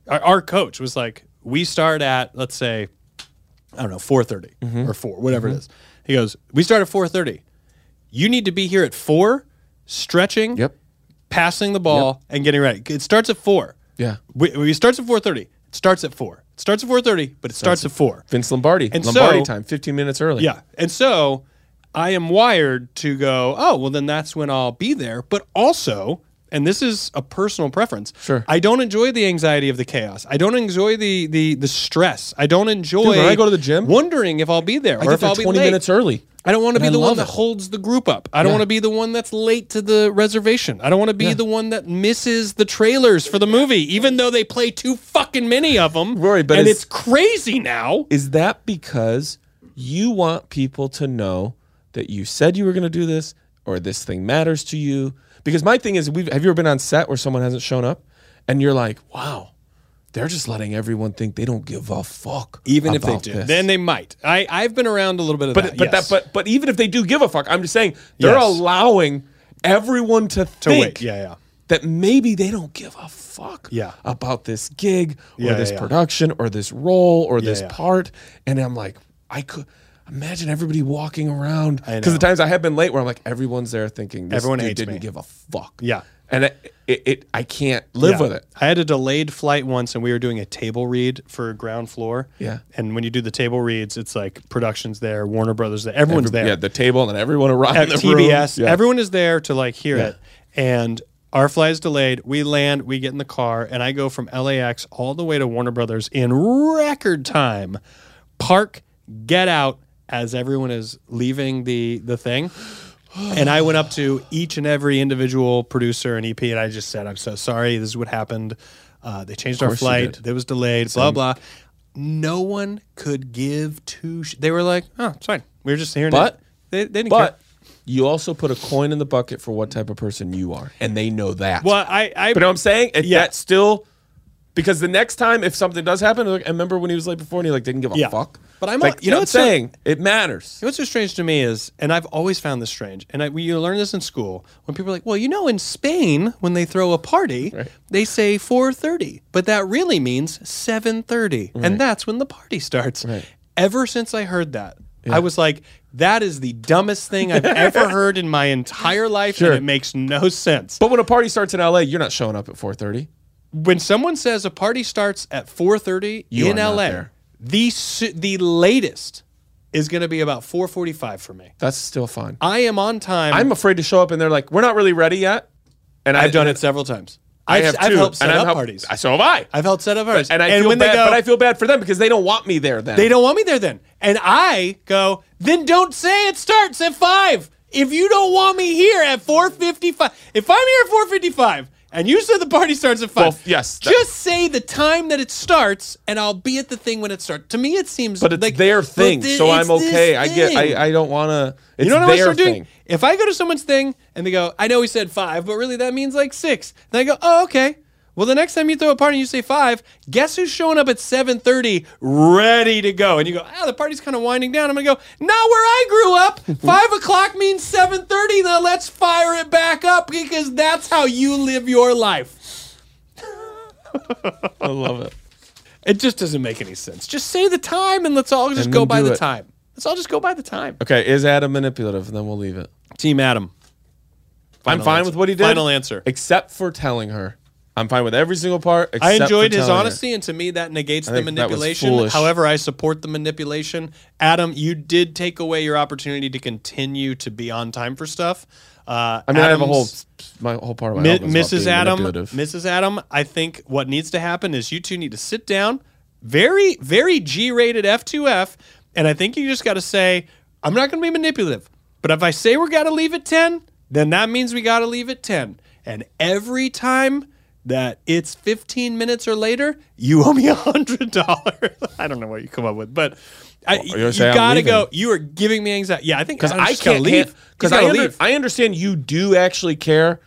S3: Our, our coach was like, we start at let's say, I don't know, four
S4: Mm-hmm.
S3: or four, whatever it is. He goes, we start at four thirty. You need to be here at four, stretching,
S4: Yep.
S3: passing the ball, and getting ready. It starts at four.
S4: Yeah.
S3: we, it starts at four thirty. It starts at four. It starts at four thirty, but it starts at four.
S4: Vince Lombardi.
S3: And
S4: Lombardi
S3: so-
S4: time, 15 minutes early.
S3: Yeah. And so I am wired to go, oh, well, then that's when I'll be there. But also, and this is a personal preference.
S4: Sure.
S3: I don't enjoy the anxiety of the chaos. I don't enjoy the the the stress. I don't enjoy
S4: Dude, when I go to the gym,
S3: wondering if I'll be there
S4: I
S3: or
S4: get
S3: if
S4: there
S3: I'll be
S4: 20
S3: late.
S4: minutes early.
S3: I don't want to
S4: And
S3: be
S4: I
S3: the one
S4: love
S3: that
S4: it.
S3: holds the group up. I don't
S4: Yeah.
S3: want to be the one that's late to the reservation. I don't want to be the one that misses the trailers for the movie, even though they play too fucking many of them.
S4: Rory, but
S3: and
S4: it's-
S3: it's crazy now.
S4: Is that because you want people to know that you said you were going to do this or this thing matters to you? Because my thing is, we've, have you ever been on set where someone hasn't shown up and you're like, wow, they're just letting everyone think they don't give a fuck.
S3: even if they
S4: about
S3: do,
S4: this."
S3: then they might. I I've been around a little bit of
S4: but
S3: that.
S4: but
S3: yes.
S4: that but but even if they do give a fuck, I'm just saying they're
S3: Yes.
S4: allowing everyone
S3: to
S4: to think
S3: wait, yeah, yeah,
S4: that maybe they don't give a fuck
S3: Yeah.
S4: about this gig or
S3: Yeah,
S4: this
S3: yeah, yeah.
S4: production or this role or this
S3: yeah.
S4: part. And I'm like, I could imagine everybody walking around
S3: I
S4: because the
S3: know.
S4: times I have been late where I'm like, everyone's there thinking this
S3: Everyone
S4: dude
S3: hates
S4: didn't
S3: me.
S4: give a fuck.
S3: Yeah.
S4: and it, it, it I can't live
S3: Yeah.
S4: with it.
S3: I had a delayed flight once, and we were doing a table read for ground floor.
S4: Yeah.
S3: and when you do the table reads, it's like productions there, Warner Brothers there, everyone's
S4: Every-
S3: there.
S4: Yeah, the table and then everyone around
S3: at
S4: the
S3: TBS.
S4: room. Yeah.
S3: Everyone is there to like hear
S4: Yeah.
S3: it. And our flight's delayed. We land, we get in the car, and I go from LAX all the way to Warner Brothers in record time. Park, get out as everyone is leaving the the thing. And I went up to each and every individual producer and EP, and I just said, "I'm so sorry. This is what happened. Uh, they changed our
S4: course you
S3: flight.
S4: did.
S3: It was delayed. Blah blah." No one could give two. Sh- they were like, "Oh, it's fine. We were just hearing
S4: But-
S3: it." They, they didn't care.
S4: but you also put a coin in the bucket for what type of person you are, and they know that.
S3: Well, I, I
S4: But you know what I'm saying? It,
S3: Yeah.
S4: That still because the next time if something does happen, like, I remember when he was late before and he like didn't give a
S3: Yeah.
S4: fuck.
S3: But I'm
S4: like,
S3: a- you know
S4: I'm
S3: what's so-
S4: saying it matters.
S3: You know what's so strange to me is, and I've always found this strange, and I, we, you learn this in school when people are like, well, you know, in Spain when they throw a party, they say four thirty, but that really means seven thirty, and that's when the party starts. Ever since I heard that, I was like, that is the dumbest thing I've ever heard in my entire life, and it makes no sense.
S4: But when a party starts in LA, you're not showing up at 4:30.
S3: when someone says a party starts at 4:30
S4: You
S3: in
S4: are not
S3: LA,
S4: there.
S3: the su- the latest is going to be about 4:45 for me.
S4: That's still fine.
S3: I am on time.
S4: I'm afraid to show up and they're like, we're not really ready yet. And
S3: I've
S4: I've
S3: done it several times. I've,
S4: have
S3: I've
S4: too,
S3: helped set
S4: and I've
S3: up
S4: helped-
S3: parties.
S4: I- So have I.
S3: I've helped set up parties.
S4: and I feel
S3: when
S4: bad,
S3: they go,
S4: but I feel bad for them because they don't want me there. Then
S3: they don't want me there then. And I go, then don't say it starts at five. If you don't want me here at 4:55, if I'm here at 4:55 and you said the party starts at five,
S4: Well, yes, that-
S3: just say the time that it starts, and I'll be at the thing when it starts. To me, it seems,
S4: But it's
S3: like,
S4: their
S3: but
S4: thing,
S3: thi-
S4: so
S3: it's
S4: I'm
S3: this
S4: okay. I get.
S3: thing.
S4: I, I don't want to. It's
S3: You know what I
S4: their
S3: start doing?
S4: thing.
S3: If I go to someone's thing and they go, I know we said five, but really that means like six. Then I go, oh, okay. Well, the next time you throw a party and you say five, guess who's showing up at 7.30 ready to go? And you go, ah, the party's kind of winding down. I'm going to go, not where I grew up. Five o'clock means 7.30. Now let's fire it back up because that's how you live your life.
S4: I love it.
S3: It just doesn't make any sense. Just say the time and let's all just
S4: And
S3: go
S4: then
S3: by
S4: do
S3: the
S4: it.
S3: time. Let's all just go by the time.
S4: Okay, is Adam manipulative? And then we'll leave it.
S3: Team Adam.
S4: I'm fine
S3: answer.
S4: with what he did.
S3: Final answer.
S4: except for telling her. I'm fine with every single part. Except
S3: I
S4: for
S3: enjoyed his
S4: telling her.
S3: honesty, and to me, that negates the
S4: think that was
S3: manipulation.
S4: foolish.
S3: However, I support the manipulation. Adam, you did take away your opportunity to continue to be on time for stuff. Uh,
S4: I mean, I have a whole
S3: Adam's-
S4: my whole part of my
S3: Mi-
S4: album is about
S3: Mrs.
S4: being
S3: Adam,
S4: manipulative.
S3: Mrs. Adam, I think what needs to happen is you two need to sit down, very, very G-rated F2F, and I think you just got to say, I'm not going to be manipulative, but if I say we're got to leave at 10, then that means we got to leave at 10. And every time that it's 15 minutes or later, you owe me a hundred dollars. I don't know what you come up with, but I,
S4: you're
S3: you
S4: saying I'm
S3: gotta
S4: leaving.
S3: go. You are giving me anxiety. Yeah, I think
S4: because
S3: Adam's
S4: I
S3: just gotta
S4: can't
S3: leave.
S4: Because
S3: He's
S4: I
S3: gotta
S4: under,
S3: leave.
S4: I understand you do actually care,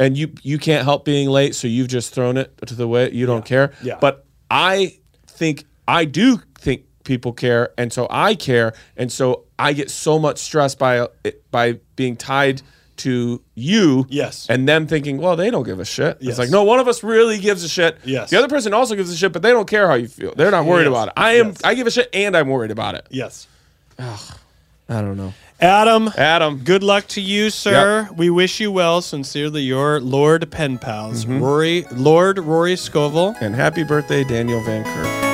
S4: and you you can't help being late, so you've just thrown it to the way you don't care.
S3: Yeah.
S4: But I think I do think people care, and so I care, and so I get so much stress by it- by being tied to you.
S3: Yes.
S4: And them thinking, well, they don't give a shit.
S3: Yes.
S4: It's like no one of us really gives a shit.
S3: Yes.
S4: The other person also gives a shit, but they don't care how you feel. They're not worried
S3: Yes.
S4: about it. I am.
S3: Yes.
S4: I give a shit, and I'm worried about it.
S3: yes,
S4: I don't know.
S3: Adam.
S4: Adam,
S3: Good luck to you, sir. We wish you well. Sincerely, your Lord Pen Pals,
S4: Mm-hmm.
S3: Rory, Lord Rory Scovel.
S4: and happy birthday, Daniel Van Kirk.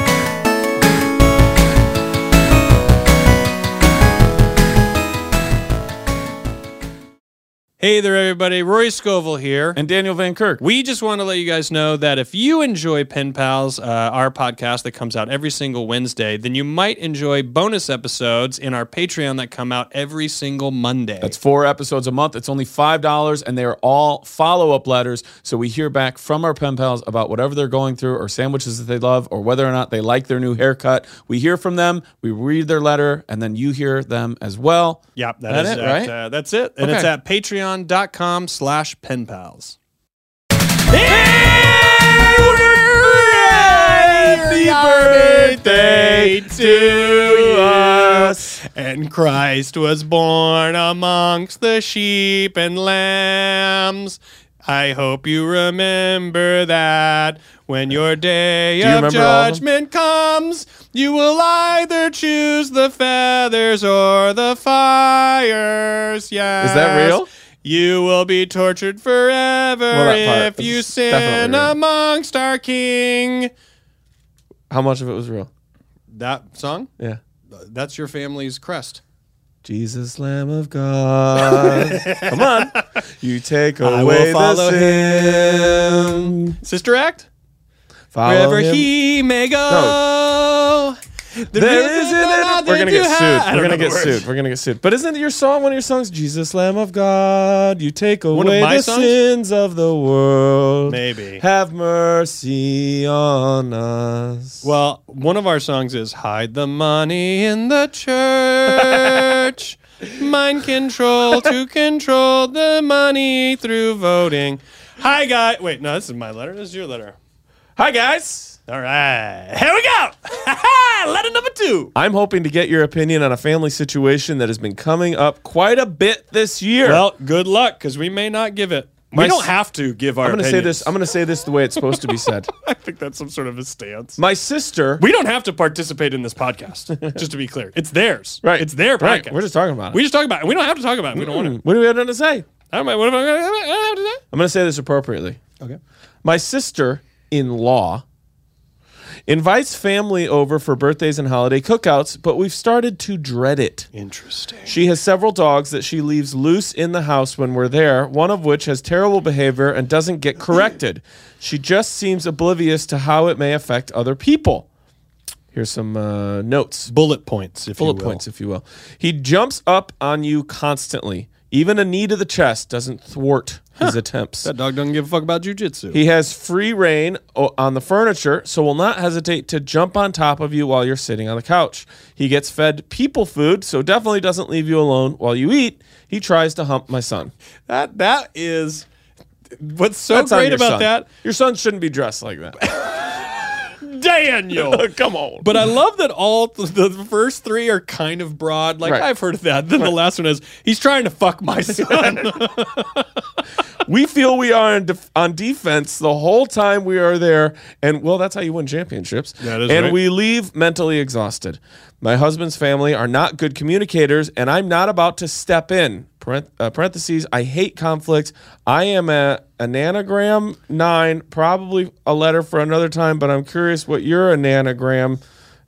S3: Hey there, everybody. Rory Scovel here.
S4: and Daniel Van Kirk.
S3: We just want to let you guys know that if you enjoy Pen Pals, uh, our podcast that comes out every single Wednesday, then you might enjoy bonus episodes in our Patreon that come out every single Monday.
S4: That's four episodes a month. It's only five dollars, and they are all follow-up letters. So we hear back from our pen pals about whatever they're going through, or sandwiches that they love, or whether or not they like their new haircut. We hear from them, we read their letter, and then you hear them as well.
S3: Yep,
S4: That
S3: that is
S4: it,
S3: at,
S4: right?
S3: uh, that's it. And it's
S4: Okay.
S3: at patreon.com slash pen pals. Happy birthday to us. And Christ was born amongst the sheep and lambs. I hope you remember that when your day
S4: you
S3: of
S4: remember all of them?
S3: judgment comes, you will either choose the feathers or the fires. Yes.
S4: real?
S3: You will be tortured forever
S4: that part
S3: if you
S4: is
S3: sin
S4: definitely real.
S3: amongst our king.
S4: How much of it was real?
S3: That song?
S4: Yeah.
S3: That's your family's crest.
S4: Jesus, Lamb of God, come on! You take away
S3: will follow
S4: the sin.
S3: Sister Act?
S4: Follow
S3: Wherever
S4: him.
S3: he may go.
S4: There isn't another. We're gonna get sued. We're gonna get
S3: sued.
S4: sued. We're gonna get sued. But isn't your song one of your songs? Jesus, Lamb of God, you take
S3: of
S4: away
S3: my
S4: the
S3: songs?
S4: sins of the world.
S3: Maybe.
S4: Have mercy on us.
S3: Well, one of our songs is Hide the Money in the Church. Mind control to control the money through voting. Hi, guy. Wait, no, this is my letter. This is your letter.
S4: hi guys.
S3: All right. Here we go. letter number two.
S4: I'm hoping to get your opinion on a family situation that has been coming up quite a bit this year.
S3: Well, good luck because we may not give it.
S4: My
S3: we don't
S4: s-
S3: have to give our
S4: I'm gonna say
S3: opinions.
S4: this. I'm gonna say this the way it's supposed to be said.
S3: I think that's some sort of a stance.
S4: My sister.
S3: we don't have to participate in this podcast, just to be clear. It's theirs.
S4: Right.
S3: It's their podcast.
S4: Right. We're just talking about it.
S3: We just talk about it. We don't have to talk about it. We don't want to.
S4: what do we have nothing to say?
S3: I don't, mind- what am I, I don't have to say.
S4: I'm going to say this appropriately. Okay. My sister in law Invites family over for birthdays and holiday cookouts, but we've started to dread it.
S3: Interesting.
S4: She has several dogs that she leaves loose in the house when we're there, one of which has terrible behavior and doesn't get corrected. She just seems oblivious to how it may affect other people. Here's some uh, notes
S3: Bullet points, if
S4: bullet
S3: you will.
S4: points, if you will. He jumps up on you constantly. Even a knee to the chest doesn't thwart his attempts.
S3: That dog doesn't give a fuck about jujitsu.
S4: He has free reign o- on the furniture, so will not hesitate to jump on top of you while you're sitting on the couch. He gets fed people food, so definitely doesn't leave you alone while you eat. He tries to hump my son.
S3: That that is what's so
S4: on
S3: great
S4: your
S3: about
S4: son.
S3: that,
S4: Your son shouldn't be dressed like that.
S3: Daniel.
S4: Come on.
S3: But I love that all th- the first three are kind of broad. Like
S4: Right.
S3: I've heard of that. Then the last one is he's trying to fuck my son.
S4: we feel we are on, def- on defense the whole time we are there, and well, that's how you win championships.
S3: That is
S4: and
S3: right.
S4: we leave mentally exhausted. My husband's family are not good communicators, and I'm not about to step in. Parenth- uh, parentheses. I hate conflict. I am a an anagram nine, probably a letter for another time. But I'm curious what your anagram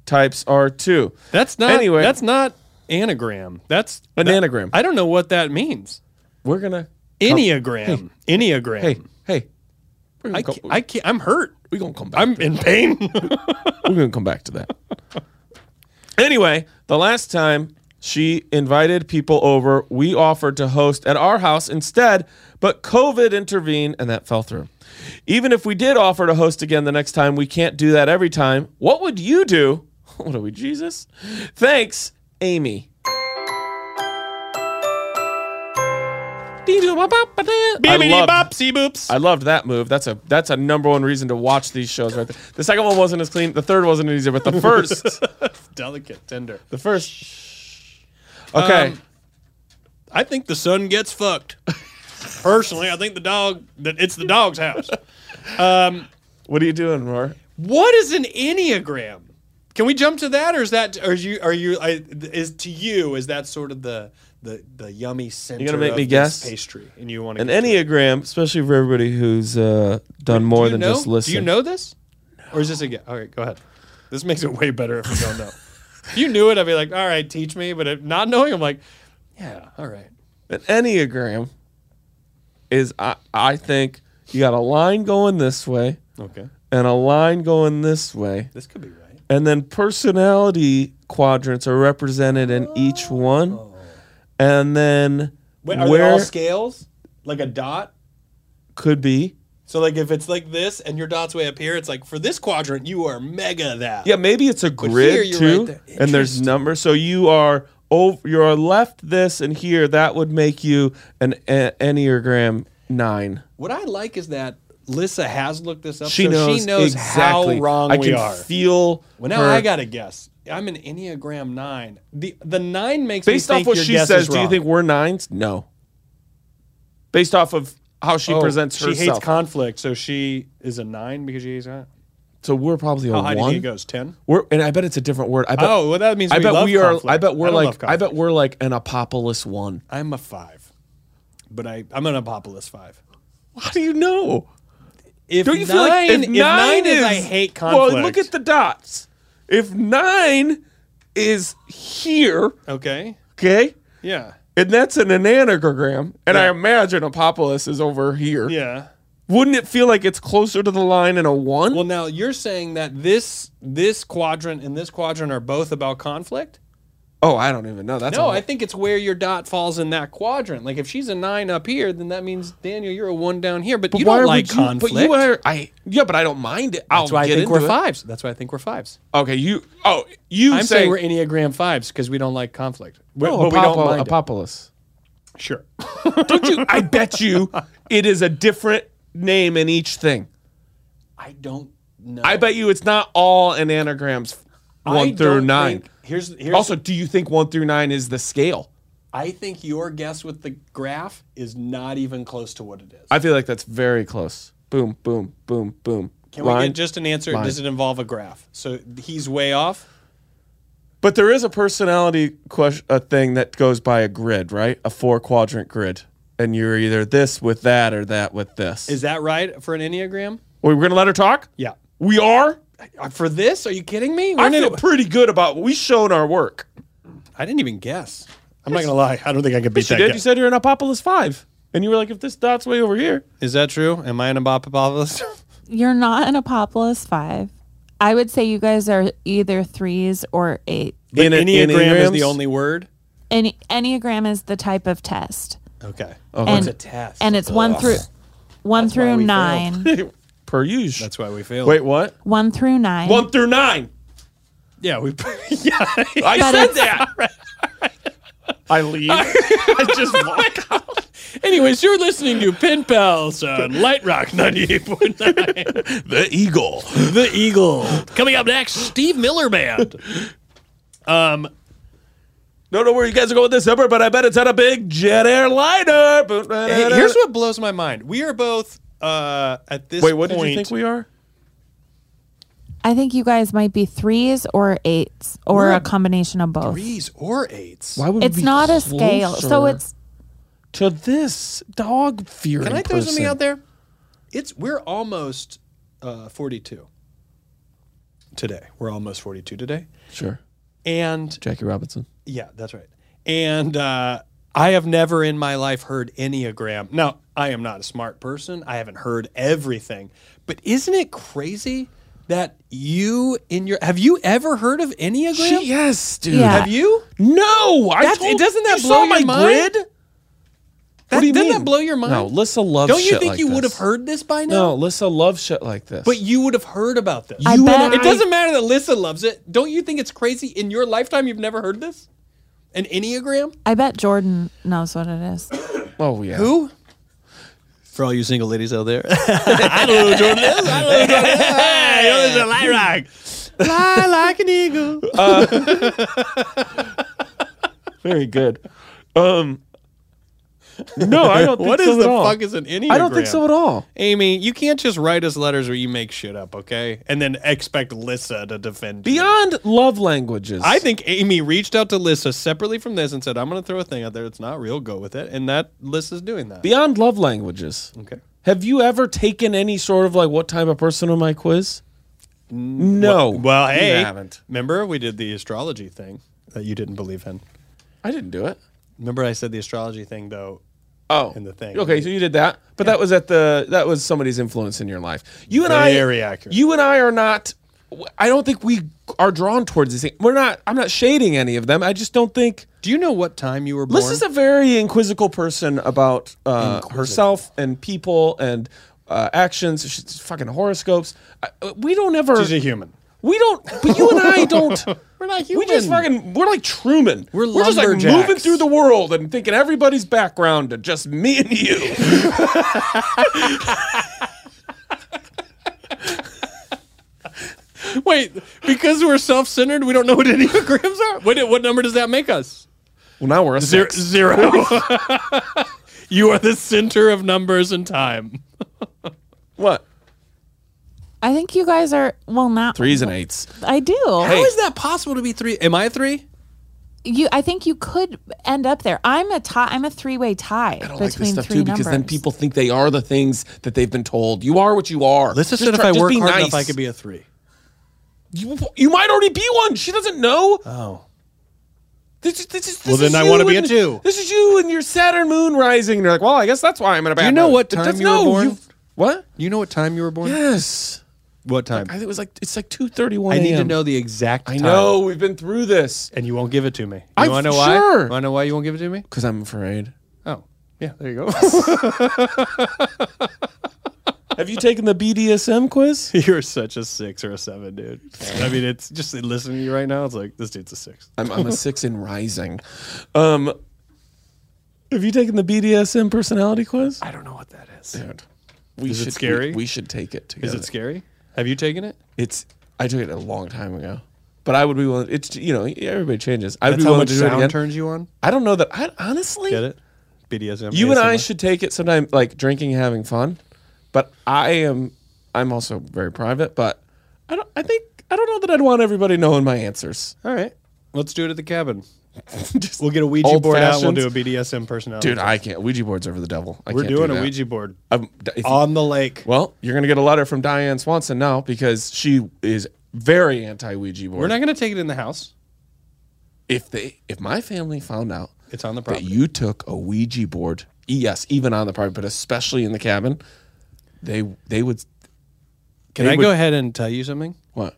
S4: types are too.
S3: that's not
S4: Anyway.
S3: That's not anagram. That's
S4: An
S3: that-
S4: anagram.
S3: I don't know what that means.
S4: We're gonna
S3: Enneagram. Enneagram.
S4: hey hey. We're gonna
S3: I
S4: come-
S3: can't, I can't. I'm hurt.
S4: we're gonna come back.
S3: I'm in pain.
S4: We're going to come back to that. anyway, the last time she invited people over, we offered to host at our house instead, but COVID intervened and that fell through. Even if we did offer to host again the next time, we can't do that every time. What would you do? What are we, Jesus? Thanks, Amy. I
S3: Bibbidi
S4: love
S3: bopsy boops.
S4: I loved that move. That's a that's a number one reason to watch these shows right there. The second one wasn't as clean. The third wasn't as easy, but the first,
S3: Delicate, tender.
S4: the first. Okay,
S3: Um, I think the son gets fucked. Personally, I think the dog that it's the dog's house.
S4: what are you doing, Roar?
S3: What is an enneagram? Can we jump to that, or is that, or is you, are you, I, is to you, is that sort of the the the yummy center?
S4: gonna make
S3: of
S4: me
S3: this
S4: guess?
S3: pastry, and you want to
S4: An enneagram, especially for everybody who's uh, done more than
S3: know?
S4: just listen.
S3: Do you know this, or is this a guess? All right, go ahead. This makes it way better if you don't know. if you knew it, I'd be like, all right, teach me. But if not knowing, I'm like, yeah, all right.
S4: An enneagram is I I think you got a line going this way
S3: Okay,
S4: and a line going this way,
S3: this could be right.
S4: and then personality quadrants are represented in each one, and then
S3: Oh. Wait, are they all
S4: where
S3: scales? Like a dot?
S4: could be.
S3: So like if it's like this and your dot's way up here, it's like for this quadrant you are mega that.
S4: Yeah, maybe it's a
S3: here
S4: grid
S3: you're
S4: too,
S3: right there.
S4: and there's numbers. So you are over, you are left this and here. That would make you an e- enneagram nine.
S3: What I like is that Lissa has looked this up.
S4: She
S3: so
S4: knows
S3: she knows
S4: exactly.
S3: how wrong
S4: I
S3: we
S4: can
S3: are.
S4: Feel
S3: well, now
S4: her-
S3: I got to guess. I'm an Enneagram nine. The the nine makes
S4: Based
S3: me
S4: off
S3: think
S4: what
S3: your
S4: she
S3: guess
S4: says,
S3: is
S4: do you
S3: wrong.
S4: think we're nines? No. Based off of how she
S3: Oh,
S4: presents
S3: She
S4: herself,
S3: hates conflict, so she is a nine because she hates that.
S4: so we're probably a
S3: How high do you
S4: one.
S3: think it goes? Ten.
S4: We're and I bet it's a different word. I bet,
S3: Oh, well, that means
S4: I
S3: we
S4: bet
S3: love
S4: we are. I
S3: conflict.
S4: bet we're
S3: I don't love
S4: like. I bet
S3: conflict.
S4: we're like an Apopolis one.
S3: I'm a five, but I I'm an Apopolis five.
S4: How do you know?
S3: If
S4: Don't
S3: nine,
S4: you feel like if
S3: if
S4: nine,
S3: is, I hate conflict.
S4: Well, look at the dots. If nine is here,
S3: okay.
S4: okay,
S3: Yeah.
S4: and that's an anagram, and I imagine Apopolis is over here.
S3: Yeah.
S4: Wouldn't it feel like it's closer to the line in a one?
S3: Well, now you're saying that this this quadrant and this quadrant are both about conflict.
S4: oh, I don't even know. That's
S3: No,
S4: all.
S3: I think it's where your dot falls in that quadrant. Like if she's a nine up here, then that means Daniel, you're a one down here. But, you
S4: Why
S3: don't
S4: would
S3: like
S4: you-
S3: conflict.
S4: But you are. I yeah, but I don't mind it. I'll
S3: That's why I
S4: get
S3: think
S4: into
S3: we're
S4: it.
S3: fives. That's why I think we're fives.
S4: Okay, you. Oh, you
S3: I'm
S4: say
S3: saying we're enneagram fives because we don't like conflict. But,
S4: oh,
S3: but we don't
S4: Apopo-
S3: mind it.
S4: Apopolis.
S3: Sure.
S4: don't you? I bet you, it is a different name in each thing.
S3: I don't know.
S4: I bet you it's not all in anagrams one
S3: I
S4: through
S3: don't
S4: nine.
S3: think- here's here's
S4: also, do you think one through nine is the scale?
S3: I think your guess with the graph is not even close to what it is.
S4: I feel like that's very close. Boom, boom, boom, boom.
S3: Can we
S4: Line.
S3: get just an answer?
S4: Line.
S3: Does it involve a graph? So he's way off.
S4: But there is a personality question, a thing that goes by a grid, right? A four quadrant grid, and you're either this with that or that with this.
S3: Is that right for an enneagram?
S4: Wait, we're gonna let her talk?
S3: Yeah.
S4: We are. I- Uh, for this? Are you kidding me? We're
S3: feel-
S4: pretty good about we showed our work.
S3: I didn't even guess. I'm not gonna lie. I don't think I could beat
S4: Yes, you
S3: that.
S4: did.
S3: guess.
S4: You said you're in Apopolis Five, and you were like, if this dot's way over here,
S3: Is that true? Am I an abopopolis?
S1: You're not an Apopolis five. I would say you guys are either threes or eight.
S4: In-
S3: Enneagram is the
S4: Enneagrams?
S3: only word.
S1: And Enneagram is the type of test.
S3: Okay.
S4: Oh,
S1: and, And it's one through one through nine.
S4: per use.
S3: That's why we failed.
S4: Wait, what?
S1: one through nine.
S4: One through nine.
S3: Yeah, we. yeah,
S4: I
S1: But
S4: said
S1: it's-
S4: that.
S3: I leave. I just walk out. Anyways, you're listening to Pin Pals on Light Rock 98.9. the Eagle. The Eagle. Coming up next, Steve Miller Band. Um,
S4: Don't know where you guys are going with this number, but I bet it's on a big jet airliner.
S3: hey, here's what blows my mind. We are both uh, at this
S4: Wait, what did you
S3: point-
S4: think we are?
S1: I think you guys might be threes or eights or a combination of both.
S3: Threes or eights.
S4: would
S1: It's not a scale. So it's
S4: to this dog fearing.
S3: Can I throw something out there? It's we're almost uh, 42 today. We're almost 42 today,
S4: Sure,
S3: and
S4: Jackie Robinson.
S3: Yeah, that's right. And uh, I have never in my life heard Enneagram. Now, I am not a smart person. I haven't heard everything. But isn't it crazy that you in your have you ever heard of Enneagram?
S4: yes, dude.
S1: Yeah.
S3: Have you?
S4: No, I
S3: That's-
S4: told,
S3: doesn't that
S4: you
S3: blow
S4: saw
S3: your
S4: my
S3: mind?
S4: grid?
S3: That-
S4: what do you
S3: doesn't
S4: mean?
S3: that blow your mind?
S4: No, Lissa loves.
S3: Don't you
S4: shit
S3: think
S4: like
S3: you would
S4: this.
S3: have heard this by now?
S4: No, Lissa loves shit like this.
S3: But you would have heard about this.
S1: I
S4: You
S1: bet
S4: and I-
S3: it doesn't matter that Lissa loves it. Don't you think it's crazy? In your lifetime, you've never heard this? An Enneagram?
S1: I bet Jordan knows what it is.
S4: oh yeah,
S3: Who? For all you single ladies out there. I don't know who Jordan is. I don't know who Jordan is. Hey, yo, this is a light rock. Fly like an eagle.
S4: very good. Um, no, I don't. Think
S3: What
S4: so
S3: is
S4: at
S3: the
S4: all.
S3: fuck is an Enneagram?
S4: I don't think so at all.
S3: Amy, you can't just write us letters where you make shit up, okay? And then expect Lissa to defend you.
S4: Beyond love languages,
S3: I think Amy reached out to Lissa separately from this and said, I'm going to throw a thing out there that's not real. Go with it. And that Lissa's doing that.
S4: beyond love languages.
S3: okay.
S4: Have you ever taken any sort of like what type of person am I quiz? No.
S3: Well,
S4: You
S3: hey,
S4: haven't.
S3: remember we did the astrology thing that you didn't believe in.
S4: I didn't do it.
S3: Remember I said the astrology thing though.
S4: Oh,
S3: And the thing.
S4: Okay, so you did that, but that was at the that was somebody's influence in your life. You and I,
S3: Very accurate.
S4: You and I are not. I don't think we are drawn towards these things. We're not. I'm not shading any of them. I just don't think.
S3: Do you know what time you were born?
S4: This is a very inquisical person about uh, herself and people and uh, actions. She's fucking horoscopes. I, we don't ever.
S3: She's a human.
S4: We don't. But you and I don't.
S3: We're not
S4: We just
S3: human.
S4: fucking. We're like Truman.
S3: We're
S4: just like
S3: lumberjacks.
S4: moving through the world and thinking everybody's background to just me and you.
S3: Wait, because we're self-centered, we don't know what enneagrams are. What, what number does that make us?
S4: Well, now we're a
S3: Zero.
S4: six.
S3: you are the center of numbers and time.
S4: What?
S1: I think you guys are well not
S4: Threes and eights.
S1: I do.
S4: Hey.
S3: How is that possible to be three? Am I a three?
S1: You I think you could end up there. I'm a tie I'm a three way tie
S4: I don't like this
S1: between
S4: stuff
S1: three
S4: too
S1: numbers.
S4: because then people think they are the things that they've been told. You are what you are.
S3: Let's just
S4: Just
S3: said if
S4: try-
S3: I
S4: just
S3: work
S4: be
S3: hard
S4: nice.
S3: enough, I could be a three.
S4: You, you might already be one. She doesn't know.
S3: Oh.
S4: This, is- this, is- this
S3: Well,
S4: is
S3: then I
S4: you
S3: wanna be a
S4: and-
S3: two.
S4: This is you and your Saturn moon rising. And you're like, well, I guess that's why I'm in a bad.
S3: you know
S4: mood.
S3: what
S4: But
S3: time
S4: that's-
S3: you were
S4: no,
S3: born?
S4: you've- What?
S3: You know what time you were born?
S4: Yes.
S3: What time?
S4: I think it was like it's like two thirty one.
S3: I need to know the exact
S4: I
S3: time.
S4: know we've been through this
S3: And you won't give it to me. You
S4: I'm
S3: wanna know why?
S4: sure.
S3: You wanna know why you won't give it to me?
S4: because I'm afraid.
S3: Oh. Yeah, there you go.
S4: Have you taken the BDSM quiz?
S3: You're such a six or a seven, dude. I mean, it's just listening to you right now. It's like this dude's a six.
S4: I'm, I'm a six in rising. Um, have you taken the BDSM personality quiz?
S3: I don't know what that is.
S4: Dude, we
S3: Is it
S4: should,
S3: scary?
S4: We, we should take it together.
S3: Is it scary? Have you taken it?
S4: It's. I took it a long time ago, but I would be willing. It's you know everybody changes. I would
S3: That's
S4: be
S3: how
S4: willing
S3: much
S4: to do it again.
S3: sound turns you on.
S4: I don't know that. I honestly,
S3: Get it? BDSM.
S4: you and I
S3: ASMR.
S4: should take it sometime, like drinking, and having fun. But I am. I'm also very private. But I don't. I think I don't know that I'd want everybody knowing my answers.
S3: All right, let's do it at the cabin. Just we'll get a Ouija
S4: old
S3: board out. We'll
S4: fashions.
S3: do a BDSM personality.
S4: Dude, I can't. Ouija boards are for the devil. I
S3: we're
S4: can't do
S3: doing a
S4: that.
S3: Ouija board
S4: I'm- if-
S3: on the lake.
S4: well, you're gonna get a letter from Diane Swanson now because she is very anti Ouija board.
S3: We're not going to take it in the house.
S4: if they, if my family found out
S3: It's on the
S4: that
S3: property.
S4: you took a Ouija board, yes, even on the property, but especially in the cabin, they they would.
S3: Can
S4: they
S3: I
S4: would-
S3: go ahead and tell you something?
S4: What?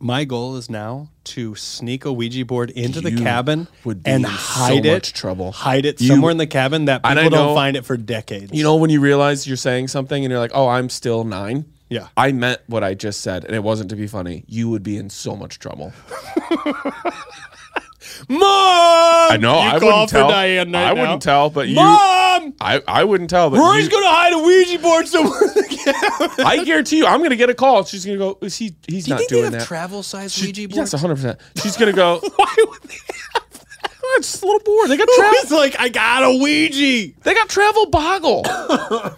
S3: My goal is now to sneak a Ouija board into the
S4: You
S3: cabin
S4: would be
S3: and
S4: in so
S3: hide it.
S4: much trouble.
S3: Hide it
S4: You-
S3: somewhere in the cabin that
S4: And I
S3: people don't
S4: know-
S3: find it for decades.
S4: You know when you realize you're saying something and you're like, "Oh, I'm still nine.
S3: Yeah.
S4: I meant what I just said, and it wasn't to be funny. You would be in so much trouble.
S3: Mom.
S4: I know.
S3: You
S4: I
S3: call
S4: wouldn't
S3: for
S4: tell.
S3: Diane right
S4: I
S3: now.
S4: wouldn't tell, but you.
S3: Mom.
S4: I, I wouldn't tell. But
S3: Rory's
S4: you-
S3: going to hide a Ouija board somewhere in the cabin.
S4: I guarantee you, I'm going to get a call. She's going to go. Is he? He's not doing that.
S3: travel size
S4: She- yes, 100. percent She's going to go.
S3: Why would they have that?
S4: It's just a little bored. They got
S3: It's
S4: travel.
S3: like, I got a Ouija.
S4: They got travel boggle.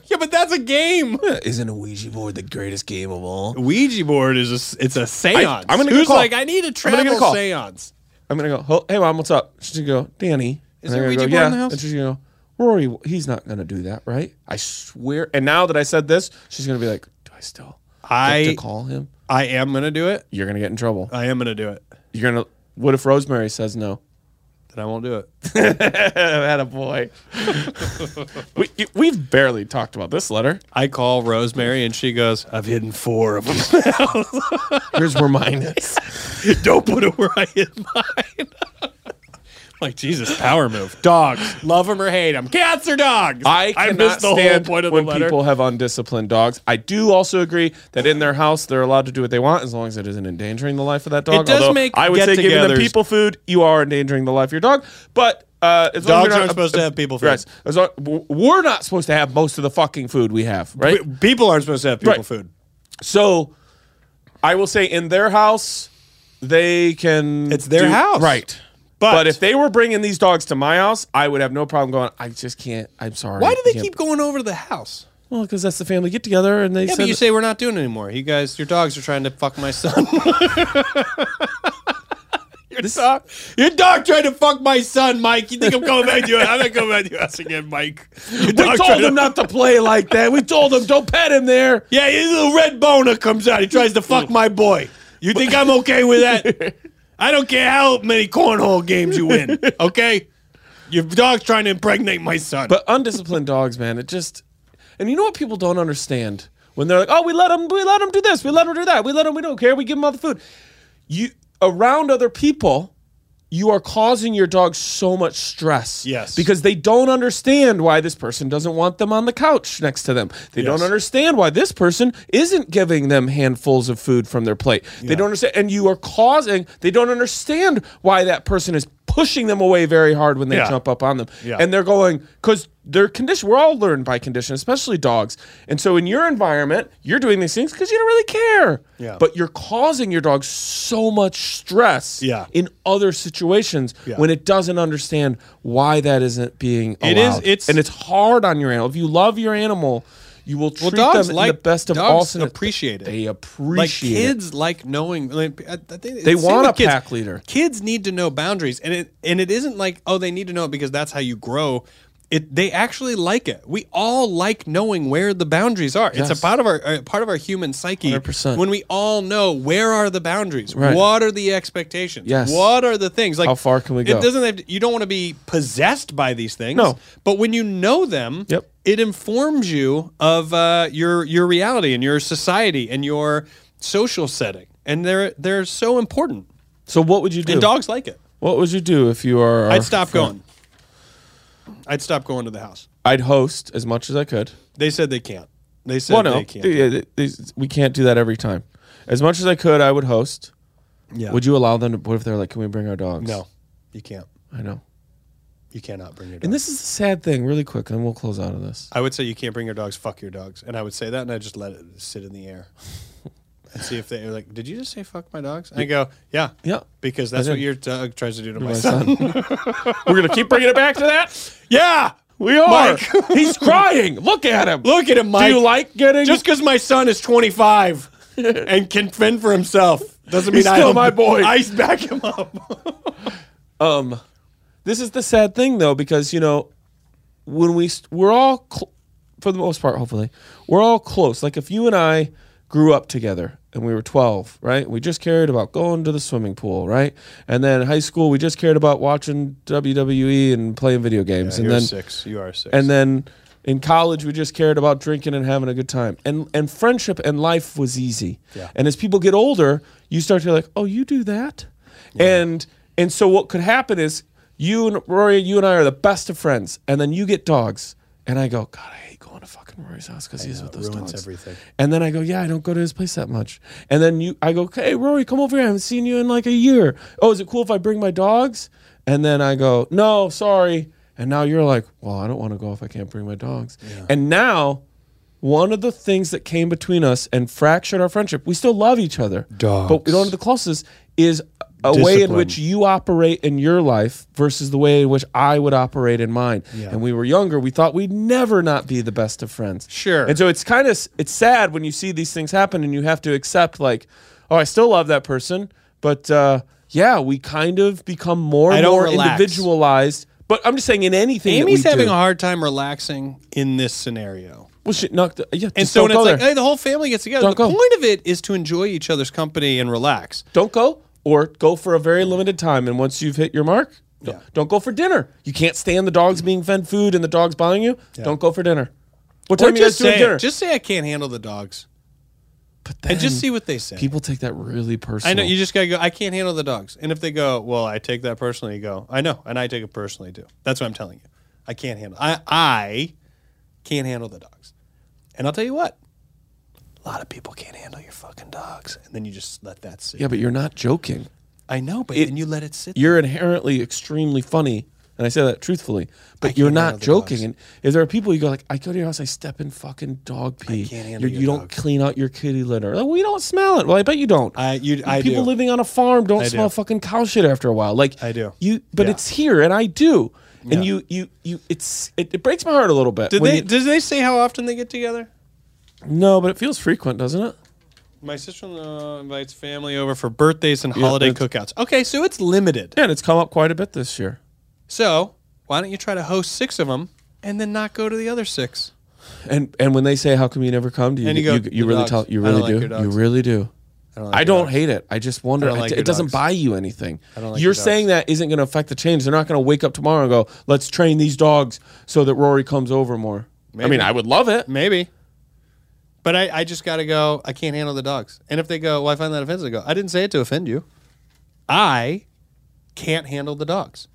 S3: Yeah, but that's a game.
S4: Isn't a Ouija board the greatest game of all?
S3: Ouija board is a, s- it's a seance.
S4: I'm gonna get a
S3: Who's
S4: call.
S3: like, I need a
S4: gonna get a
S3: travel
S4: call.
S3: seance.
S4: I'm gonna go. "Ho- Hey, mom, what's up? She's gonna go. Danny.
S3: Is
S4: And
S3: there
S4: I'm gonna
S3: Ouija
S4: go,
S3: board in the house?
S4: And she's gonna go. Rory, he's not gonna do that, right? I swear. And now that I said this, she's gonna be like, "Do I still get
S3: I
S4: to call him?
S3: I am gonna do it.
S4: You're gonna get in trouble.
S3: I am gonna do it.
S4: You're gonna. What if Rosemary says no?
S3: Then I won't do it.
S4: That a boy. we you- we've barely talked about this letter.
S3: I call Rosemary and she goes, I've hidden four of them.
S4: Here's where mine is.
S3: Don't put it where I hid mine. like Jesus, power move. Dogs, love them or hate them. Cats or dogs.
S4: I cannot
S3: missed the
S4: stand
S3: whole point of
S4: when
S3: the letter.
S4: people have undisciplined dogs. I do also agree that in their house they're allowed to do what they want as long as it isn't endangering the life of that dog.
S3: It does
S4: Although,
S3: make
S4: I would say giving them
S3: get-togethers-
S4: people food, you are endangering the life of your dog. But uh, as
S3: Dogs
S4: long as you're not-
S3: aren't supposed to have people food.
S4: Right. As long- w- we're not supposed to have most of the fucking food we have, right?
S3: P- people aren't supposed to have people
S4: Right.
S3: food.
S4: So I will say in their house, they can.
S3: It's their
S4: do-
S3: house.
S4: Right.
S3: But-
S4: But, if they were bringing these dogs to my house, I would have no problem going, I just can't. I'm sorry.
S3: Why do
S4: I
S3: they
S4: can't
S3: keep going over to the house?
S4: well, because that's the family get together, and they
S3: Yeah,
S4: said
S3: but you say we're not doing it anymore. You guys, your dogs are trying to fuck my son. your, dog, your dog tried to fuck my son, Mike. You think I'm coming back to you? I'm not coming back to your house again, Mike. Your
S4: we
S3: dog tried
S4: told
S3: to-
S4: him not to play like that. We told him don't pet him there.
S3: Yeah, his little red boner comes out. He tries to fuck my boy. You think I'm okay with that? I don't care how many cornhole games you win, okay? Your dog's trying to impregnate my son.
S4: But undisciplined dogs, man, it just and you know what people don't understand when they're like, oh, we let him, we let him do this, we let him do that, we let him, we don't care, we give him all the food. You around other people, you are causing your dog so much stress.
S3: Yes.
S4: because they don't understand why this person doesn't want them on the couch next to them. They
S3: Yes.
S4: don't understand why this person isn't giving them handfuls of food from their plate. They don't understand, and you are causing. They don't understand why that person is pushing them away very hard when they
S3: Yeah.
S4: jump up on them.
S3: Yeah.
S4: And they're going because they're conditioned. We're all learned by condition, especially dogs. And so in your environment, you're doing these things because you don't really care.
S3: Yeah.
S4: But you're causing your dog so much stress.
S3: Yeah.
S4: In other situations
S3: Yeah.
S4: when it doesn't understand why that isn't being allowed.
S3: It is- it's-
S4: and it's hard on your animal. If you love your animal, you will treat
S3: dogs
S4: them
S3: like-
S4: in the best of
S3: dogs
S4: all. scenarios.
S3: appreciate it.
S4: They
S3: like
S4: appreciate it.
S3: kids like knowing like, I- I think-
S4: They
S3: same
S4: want
S3: with
S4: a pack leader.
S3: kids need to know boundaries and it and it isn't like oh they need to know it because that's how you grow it they actually like it we all like knowing where the boundaries are it's a
S4: Yes.
S3: part of our uh, part of our human psyche
S4: 100%.
S3: when we all know where are the boundaries
S4: Right.
S3: what are the expectations
S4: Yes.
S3: what are the things like
S4: How far can we
S3: it
S4: go?
S3: doesn't have to, you don't want to be possessed by these things
S4: No.
S3: but when you know them
S4: Yep.
S3: it informs you of uh, your your reality and your society and your social setting, and they're they're so important.
S4: So what would you do?
S3: And dogs like it.
S4: what would you do if you are?
S3: I'd stop going. I'd stop going to the house.
S4: I'd host as much as I could.
S3: They said they can't. They said
S4: Well, no,
S3: they can't.
S4: yeah, th- these- we can't do that every time. As much as I could, I would host.
S3: yeah.
S4: Would you allow them to? What if they're like, "Can we bring our dogs?"
S3: No, you can't.
S4: I know.
S3: You cannot bring your dogs.
S4: And this is the sad thing. Really quick, and we'll close out of this.
S3: I would say you can't bring your dogs. Fuck your dogs. And I would say that, and I just let it sit in the air and see if they are like, "Did you just say fuck my dogs?" And I go, "Yeah,
S4: Yeah.
S3: because that's
S4: I
S3: what
S4: did.
S3: your dog tries to do to my,
S4: My
S3: son.
S4: son. We're gonna keep bringing it back to that.
S3: Yeah,
S4: We are.
S3: Mike.
S4: He's crying. Look at him.
S3: Look at him, Mike.
S4: Do you like getting?
S3: Just because my son is 25 and can fend for himself doesn't mean
S4: He's
S3: I
S4: still
S3: don't-
S4: my boy.
S3: I back him up.
S4: um. This is the sad thing though, because you know, when we st- we're all cl- for the most part, hopefully, we're all close. Like if you and I grew up together and we were 12, right? We just cared about going to the swimming pool, right? And then high school, we just cared about watching WWE and playing video games. and
S5: you're
S4: then
S5: six. You are six.
S4: and then in college, we just cared about drinking and having a good time. And and friendship and life was easy.
S5: Yeah.
S4: And as people get older, you start to be like, oh, you do that, and and so what could happen is you and Rory, you and I are the best of friends, and then you get dogs, and I go, God, I hate going to fucking Rory's house because he's with those
S5: ruins
S4: dogs.
S5: everything.
S4: And then I go, yeah, I don't go to his place that much. And then you, I go, hey, Rory, come over here. I haven't seen you in like a year. Oh, is it cool if I bring my dogs? And then I go, no, sorry. And now you're like, well, I don't want to go if I can't bring my dogs. And now, one of the things that came between us and fractured our friendship, we still love each other, but we
S5: Dogs.
S4: don't have the closest, is a way in
S5: Discipline.
S4: which you operate in your life versus the way in which I would operate in mine. And we were younger, we thought we'd never not be the best of friends.
S3: Sure.
S4: And so it's kind of it's sad when you see these things happen and you have to accept like, oh, I still love that person, but uh, yeah, we kind of become more
S3: I
S4: and
S3: don't
S4: more
S3: relax.
S4: individualized. But I'm just saying in anything that
S3: Amy's
S4: we
S3: having
S4: do,
S3: a hard time relaxing in this scenario.
S4: well, shit, knock the- yeah,
S3: And
S4: just
S3: so
S4: don't
S3: when it's
S4: go
S3: like,
S4: there.
S3: hey, the whole family gets together,
S4: Don't
S3: the
S4: go.
S3: point of it is to enjoy each other's company and relax.
S4: don't go or go for a very limited time and once you've hit your mark don't, don't go for dinner you can't stand the dogs being fed food and the dogs bothering you don't go for dinner what
S3: Or
S4: time are you guys
S3: just
S4: doing
S3: say,
S4: dinner
S3: it. just say I can't handle the dogs,
S4: but
S3: and just
S4: then
S3: see what they say.
S4: people take that really personal
S3: I know you just gotta go. I can't handle the dogs, and if they go, well, I take that personally. You go, I know, and I take it personally too. That's what I'm telling you. I can't handle. I I can't handle the dogs, and I'll tell you what. A lot of people can't handle your fucking dogs, and then you just let that sit.
S4: yeah but you're not joking
S3: I know, but then you let it sit.
S4: you're inherently extremely funny and i say that truthfully but you're
S3: can't
S4: not
S3: handle the dogs.
S4: joking and if there are people you go like i go to your house i step in fucking dog pee
S3: can't handle
S4: You're-
S3: your
S4: you don't
S3: dogs."
S4: clean out your kitty litter like, well you don't smell it well i bet you don't
S3: I you I
S4: people
S3: do.
S4: living on a farm don't
S3: I do.
S4: smell fucking cow shit after a while. Like
S3: I do.
S4: You, but
S3: Yeah.
S4: it's here, and I do.
S3: Yeah.
S4: And you, you, you. It's it, it breaks my heart a little bit.
S3: Did
S4: when
S3: they
S4: you-
S3: did they say how often they get together?
S4: no, but it feels frequent, doesn't it?
S3: My sister-in-law invites family over for birthdays and holiday
S4: that's-
S3: cookouts. Okay, so it's limited.
S4: Yeah, and it's come up quite a bit this year.
S3: So why don't you try to host six of them and then not go to the other six?
S4: And and when they say, "How come you never come?" Do you
S3: And you go,
S4: you,
S3: "The
S4: really
S3: dogs.
S4: tell you
S3: I don't
S4: really
S3: like
S4: do
S3: your
S4: you
S3: dogs."
S4: really do.
S3: I don't.
S4: I don't hate it. I just wonder.
S3: I don't
S4: it-
S3: like
S4: it
S3: your
S4: doesn't
S3: dogs.
S4: buy you anything.
S3: I don't like
S4: You're
S3: your
S4: saying that isn't going to affect the change. They're not going to wake up tomorrow and go, "Let's train these dogs so that Rory comes over more." I
S3: Maybe.
S4: mean, I would love it.
S3: Maybe. But I, I just got to go, I can't handle the dogs. And if they go, well, I find that offensive, I go, I didn't say it to offend you. I can't handle the dogs.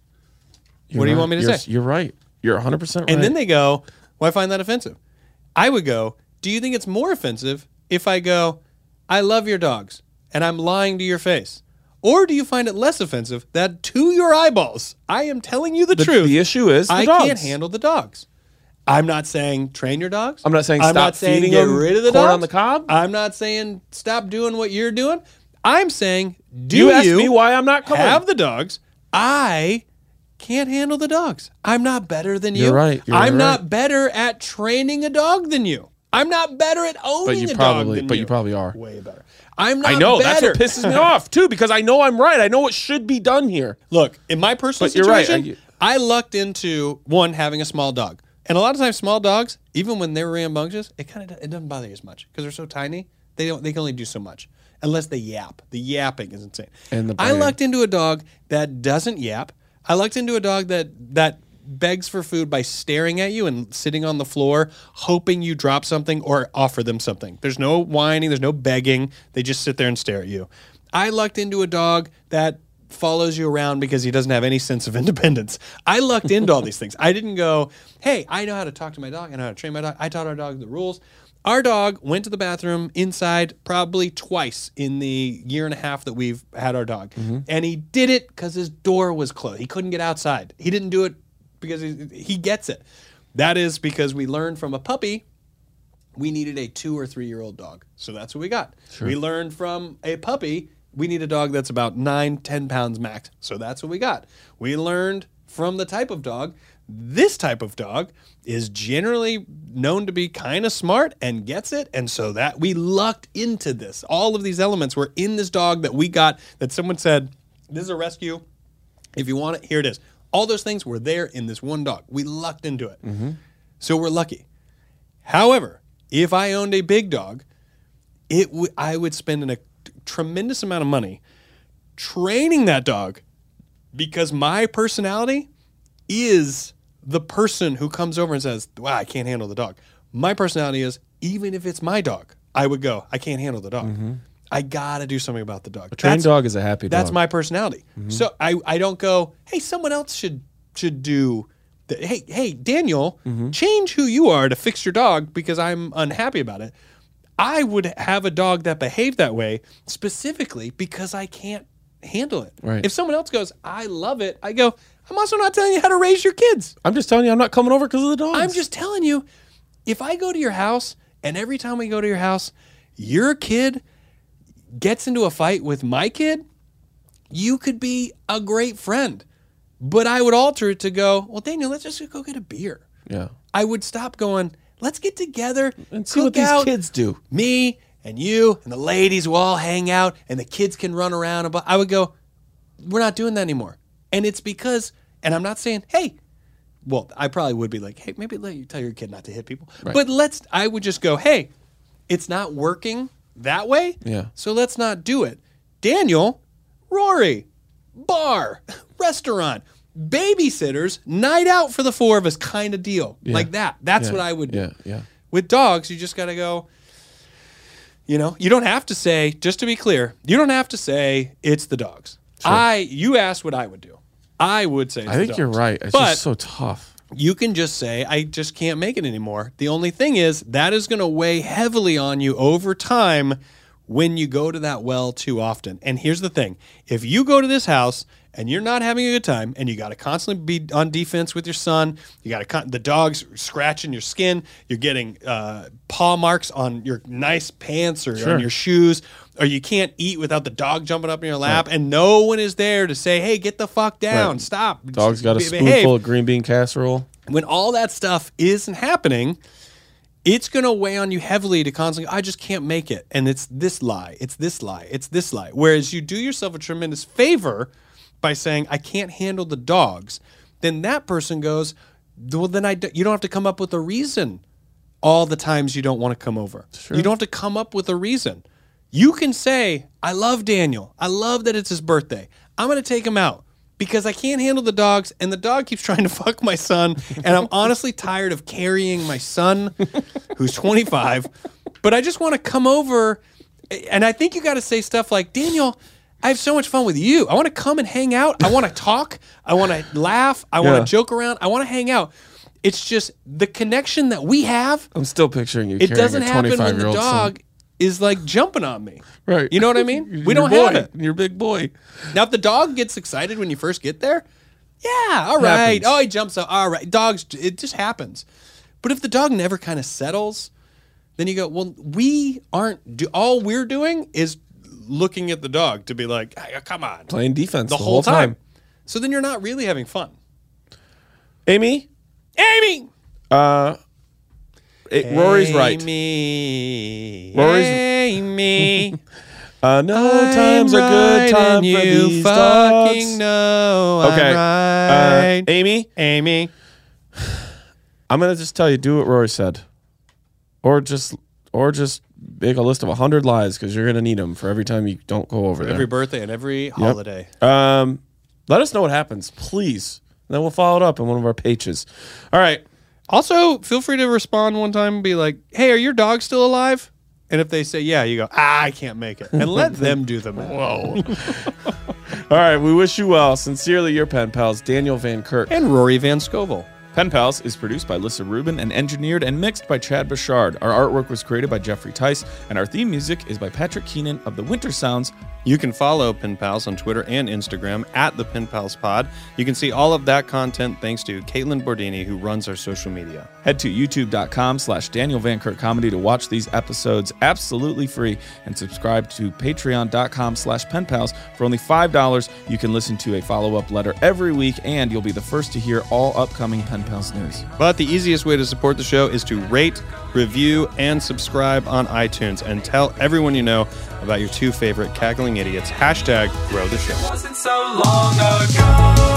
S3: what do you
S4: You're
S3: want me
S4: right.
S3: to
S4: You're-
S3: say?
S4: You're right. You're 100 percent right.
S3: And then they go, well, I find that offensive. I would go, do you think it's more offensive if I go, I love your dogs and I'm lying to your face? Or do you find it less offensive that to your eyeballs, I am telling you the,
S4: the,
S3: truth?
S4: the issue is the
S3: I
S4: dogs.
S3: can't handle the dogs. I'm not saying train your dogs.
S4: I'm not saying
S3: I'm
S4: stop
S3: not saying
S4: feeding
S3: get
S4: them
S3: rid of the
S4: corn
S3: dogs.
S4: on the cob.
S3: I'm not saying stop doing what you're doing. I'm saying do
S4: you
S3: you,
S4: asked me why I'm not coming.
S3: have the dogs? I can't handle the dogs. I'm not better than you.
S4: You're right. You're
S3: I'm
S4: right.
S3: not better at training a dog than you. I'm not better at owning
S4: but you
S3: a dog
S4: probably,
S3: than
S4: but
S3: you.
S4: you probably are.
S3: way better. I'm not.
S4: I know that's
S3: better.
S4: what pisses me off too, because I know I'm right. I know what should be done here.
S3: Look, in my personal
S4: But you're right,
S3: situation, I, lucked into one having a small dog, and a lot of times small dogs, even when they're rambunctious, it kind of it doesn't bother you as much because they're so tiny. They don't they can only do so much unless they yap. The yapping is insane.
S4: And the
S3: I
S4: biting.
S3: lucked into a dog that doesn't yap. I lucked into a dog that that begs for food by staring at you and sitting on the floor hoping you drop something or offer them something. There's no whining, there's no begging. They just sit there and stare at you. I lucked into a dog that follows you around because he doesn't have any sense of independence. I lucked into all these things. I didn't go, "Hey, I know how to talk to my dog. I know how to train my dog. I taught our dog the rules." Our dog went to the bathroom inside probably twice in the year and a half that we've had our dog. And he did it because his door was closed. He couldn't get outside. He didn't do it because he, he gets it. That is because we learned from a puppy we needed a two or three year old dog. So that's what we got. We learned from a puppy, we need a dog that's about nine, 10 pounds max. So that's what we got. We learned from the type of dog. This type of dog is generally known to be kind of smart and gets it. And so that we lucked into this. All of these elements were in this dog that we got that someone said, This is a rescue. If you want it, here it is. All those things were there in this one dog. We lucked into it.
S4: Mm-hmm.
S3: So we're lucky. However, if I owned a big dog, it w- I would spend an, a tremendous amount of money training that dog because my personality is the person who comes over and says, "Wow, I can't handle the dog." My personality is even if it's my dog, I would go, "I can't handle the dog. I gotta do something about the dog."
S4: Mm-hmm. A trained
S3: That's-
S4: dog is a happy dog. Mm-hmm.
S3: That's my personality. So I, I don't go, hey, someone else should should do. That. Hey, hey, Daniel,
S4: Mm-hmm.
S3: change who you are to fix your dog because I'm unhappy about it. I would have a dog that behaved that way specifically because I can't handle it.
S4: Right.
S3: If someone else goes, I love it, I go, I'm also not telling you how to raise your kids.
S4: I'm just telling you, I'm not coming over because of the dogs.
S3: I'm just telling you, if I go to your house and every time we go to your house, your kid gets into a fight with my kid, you could be a great friend. But I would alter it to go, well, Daniel, let's just go get a beer.
S4: yeah.
S3: I would stop going, let's get together
S4: And see what
S3: cook
S4: these
S3: out.
S4: kids do.
S3: Me and you and the ladies will all hang out and the kids can run around. But I would go, we're not doing that anymore. And it's because, and I'm not saying, hey, well, I probably would be like, hey, maybe let you tell your kid not to hit people. But let's, I would just go, hey, it's not working that way.
S4: Yeah.
S3: So let's not do it. Daniel, Rory, bar, restaurant, babysitters, night out for the four of us kind of deal. Like that. That's
S4: Yeah.
S3: what I would do.
S4: Yeah, yeah.
S3: With dogs, you just got to go, you know, you don't have to say, just to be clear, you don't have to say it's the dogs. I, you asked what I would do. I would say, it's
S4: I
S3: the
S4: think you're
S3: dogs.
S4: right. It's
S3: but
S4: just so tough.
S3: you can just say, I just can't make it anymore. The only thing is, that is going to weigh heavily on you over time when you go to that well too often. And here's the thing if you go to this house and you're not having a good time and you got to constantly be on defense with your son, you got to, con- the dog's scratching your skin, you're getting uh, paw marks on your nice pants or on your shoes, or you can't eat without the dog jumping up in your lap, and no one is there to say, hey, get the fuck down,
S4: Right.
S3: stop.
S4: Dog's got a
S3: Be-
S4: spoonful
S3: behave."
S4: of green bean casserole.
S3: when all that stuff isn't happening, it's going to weigh on you heavily to constantly, I just can't make it. And it's this lie, it's this lie, it's this lie. Whereas you do yourself a tremendous favor by saying, I can't handle the dogs, then that person goes, Well, then I d- you don't have to come up with a reason all the times you don't want to come over. You don't have to come up with a reason. You can say, I love Daniel. I love that it's his birthday. I'm going to take him out because I can't handle the dogs and the dog keeps trying to fuck my son. And I'm honestly tired of carrying my son, who's 25, but I just want to come over. And I think you got to say stuff like, Daniel, I have so much fun with you. I want to come and hang out. I want to talk. I want to laugh. I want
S4: Yeah.
S3: to joke around. I want to hang out. It's just the connection that we have
S4: I'm still picturing you.
S3: it
S4: carrying
S3: doesn't
S4: a
S3: happen when the
S4: 25-year-old son.
S3: dog is like jumping on me.
S4: Right.
S3: You know what I mean? We
S4: Your
S3: don't
S4: boy,
S3: have it.
S4: Your big boy.
S3: Now, if the dog gets excited when you first get there, yeah, all right.
S4: Happens.
S3: Oh, he jumps up. All right. Dogs, it just happens. But if the dog never kind of settles, then you go, well, we aren't, do, all we're doing is looking at the dog to be like, "Hey, come on,
S4: Playing defense
S3: the, whole time. So then you're not really having fun.
S4: Amy,
S3: Amy!
S4: it, Rory's right.
S3: Amy.
S4: Rory's-
S3: Amy.
S4: Uh, no times are good time for these dogs.
S3: know
S4: Okay. Uh, Amy,
S3: Amy.
S4: I'm gonna just tell you, do what Rory said, or just, or just make a list of hundred lies because you're gonna need them for every time you don't go over
S3: Every
S4: there.
S3: birthday and every holiday.
S4: um, let us know what happens, please. Then we'll follow it up in one of our pages. All right.
S3: Also, feel free to respond one time and be like, hey, are your dogs still alive? And if they say yeah, you go, ah, I can't make it. And let them do the math. Whoa.
S4: All right, we wish you well. Sincerely, your pen pals, Daniel Van Kirk.
S3: And Rory Van Scovel.
S4: Pen Pals is produced by Lissa Rubin and engineered and mixed by Chad Bouchard. Our artwork was created by Jeffrey Tice, and our theme music is by Patrick Keenan of the Winter Sounds.
S3: You can follow Pen Pals on Twitter and Instagram at the Pen Pals Pod. You can see all of that content thanks to Caitlin Bordini, who runs our social media.
S4: Head to youtube.com slash Daniel Van Kirk Comedy to watch these episodes absolutely free and subscribe to patreon.com slash pen pals. For only $5, you can listen to a follow-up letter every week, and you'll be the first to hear all upcoming Pen Pals news.
S3: But the easiest way to support the show is to rate, review, and subscribe on iTunes and tell everyone you know about your two favorite cackling idiots. Hashtag grow the show.
S5: wasn't so long ago.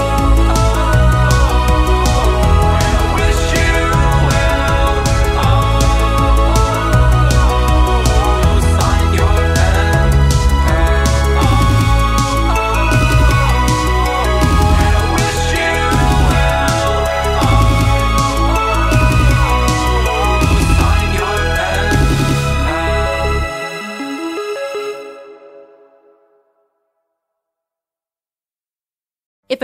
S4: If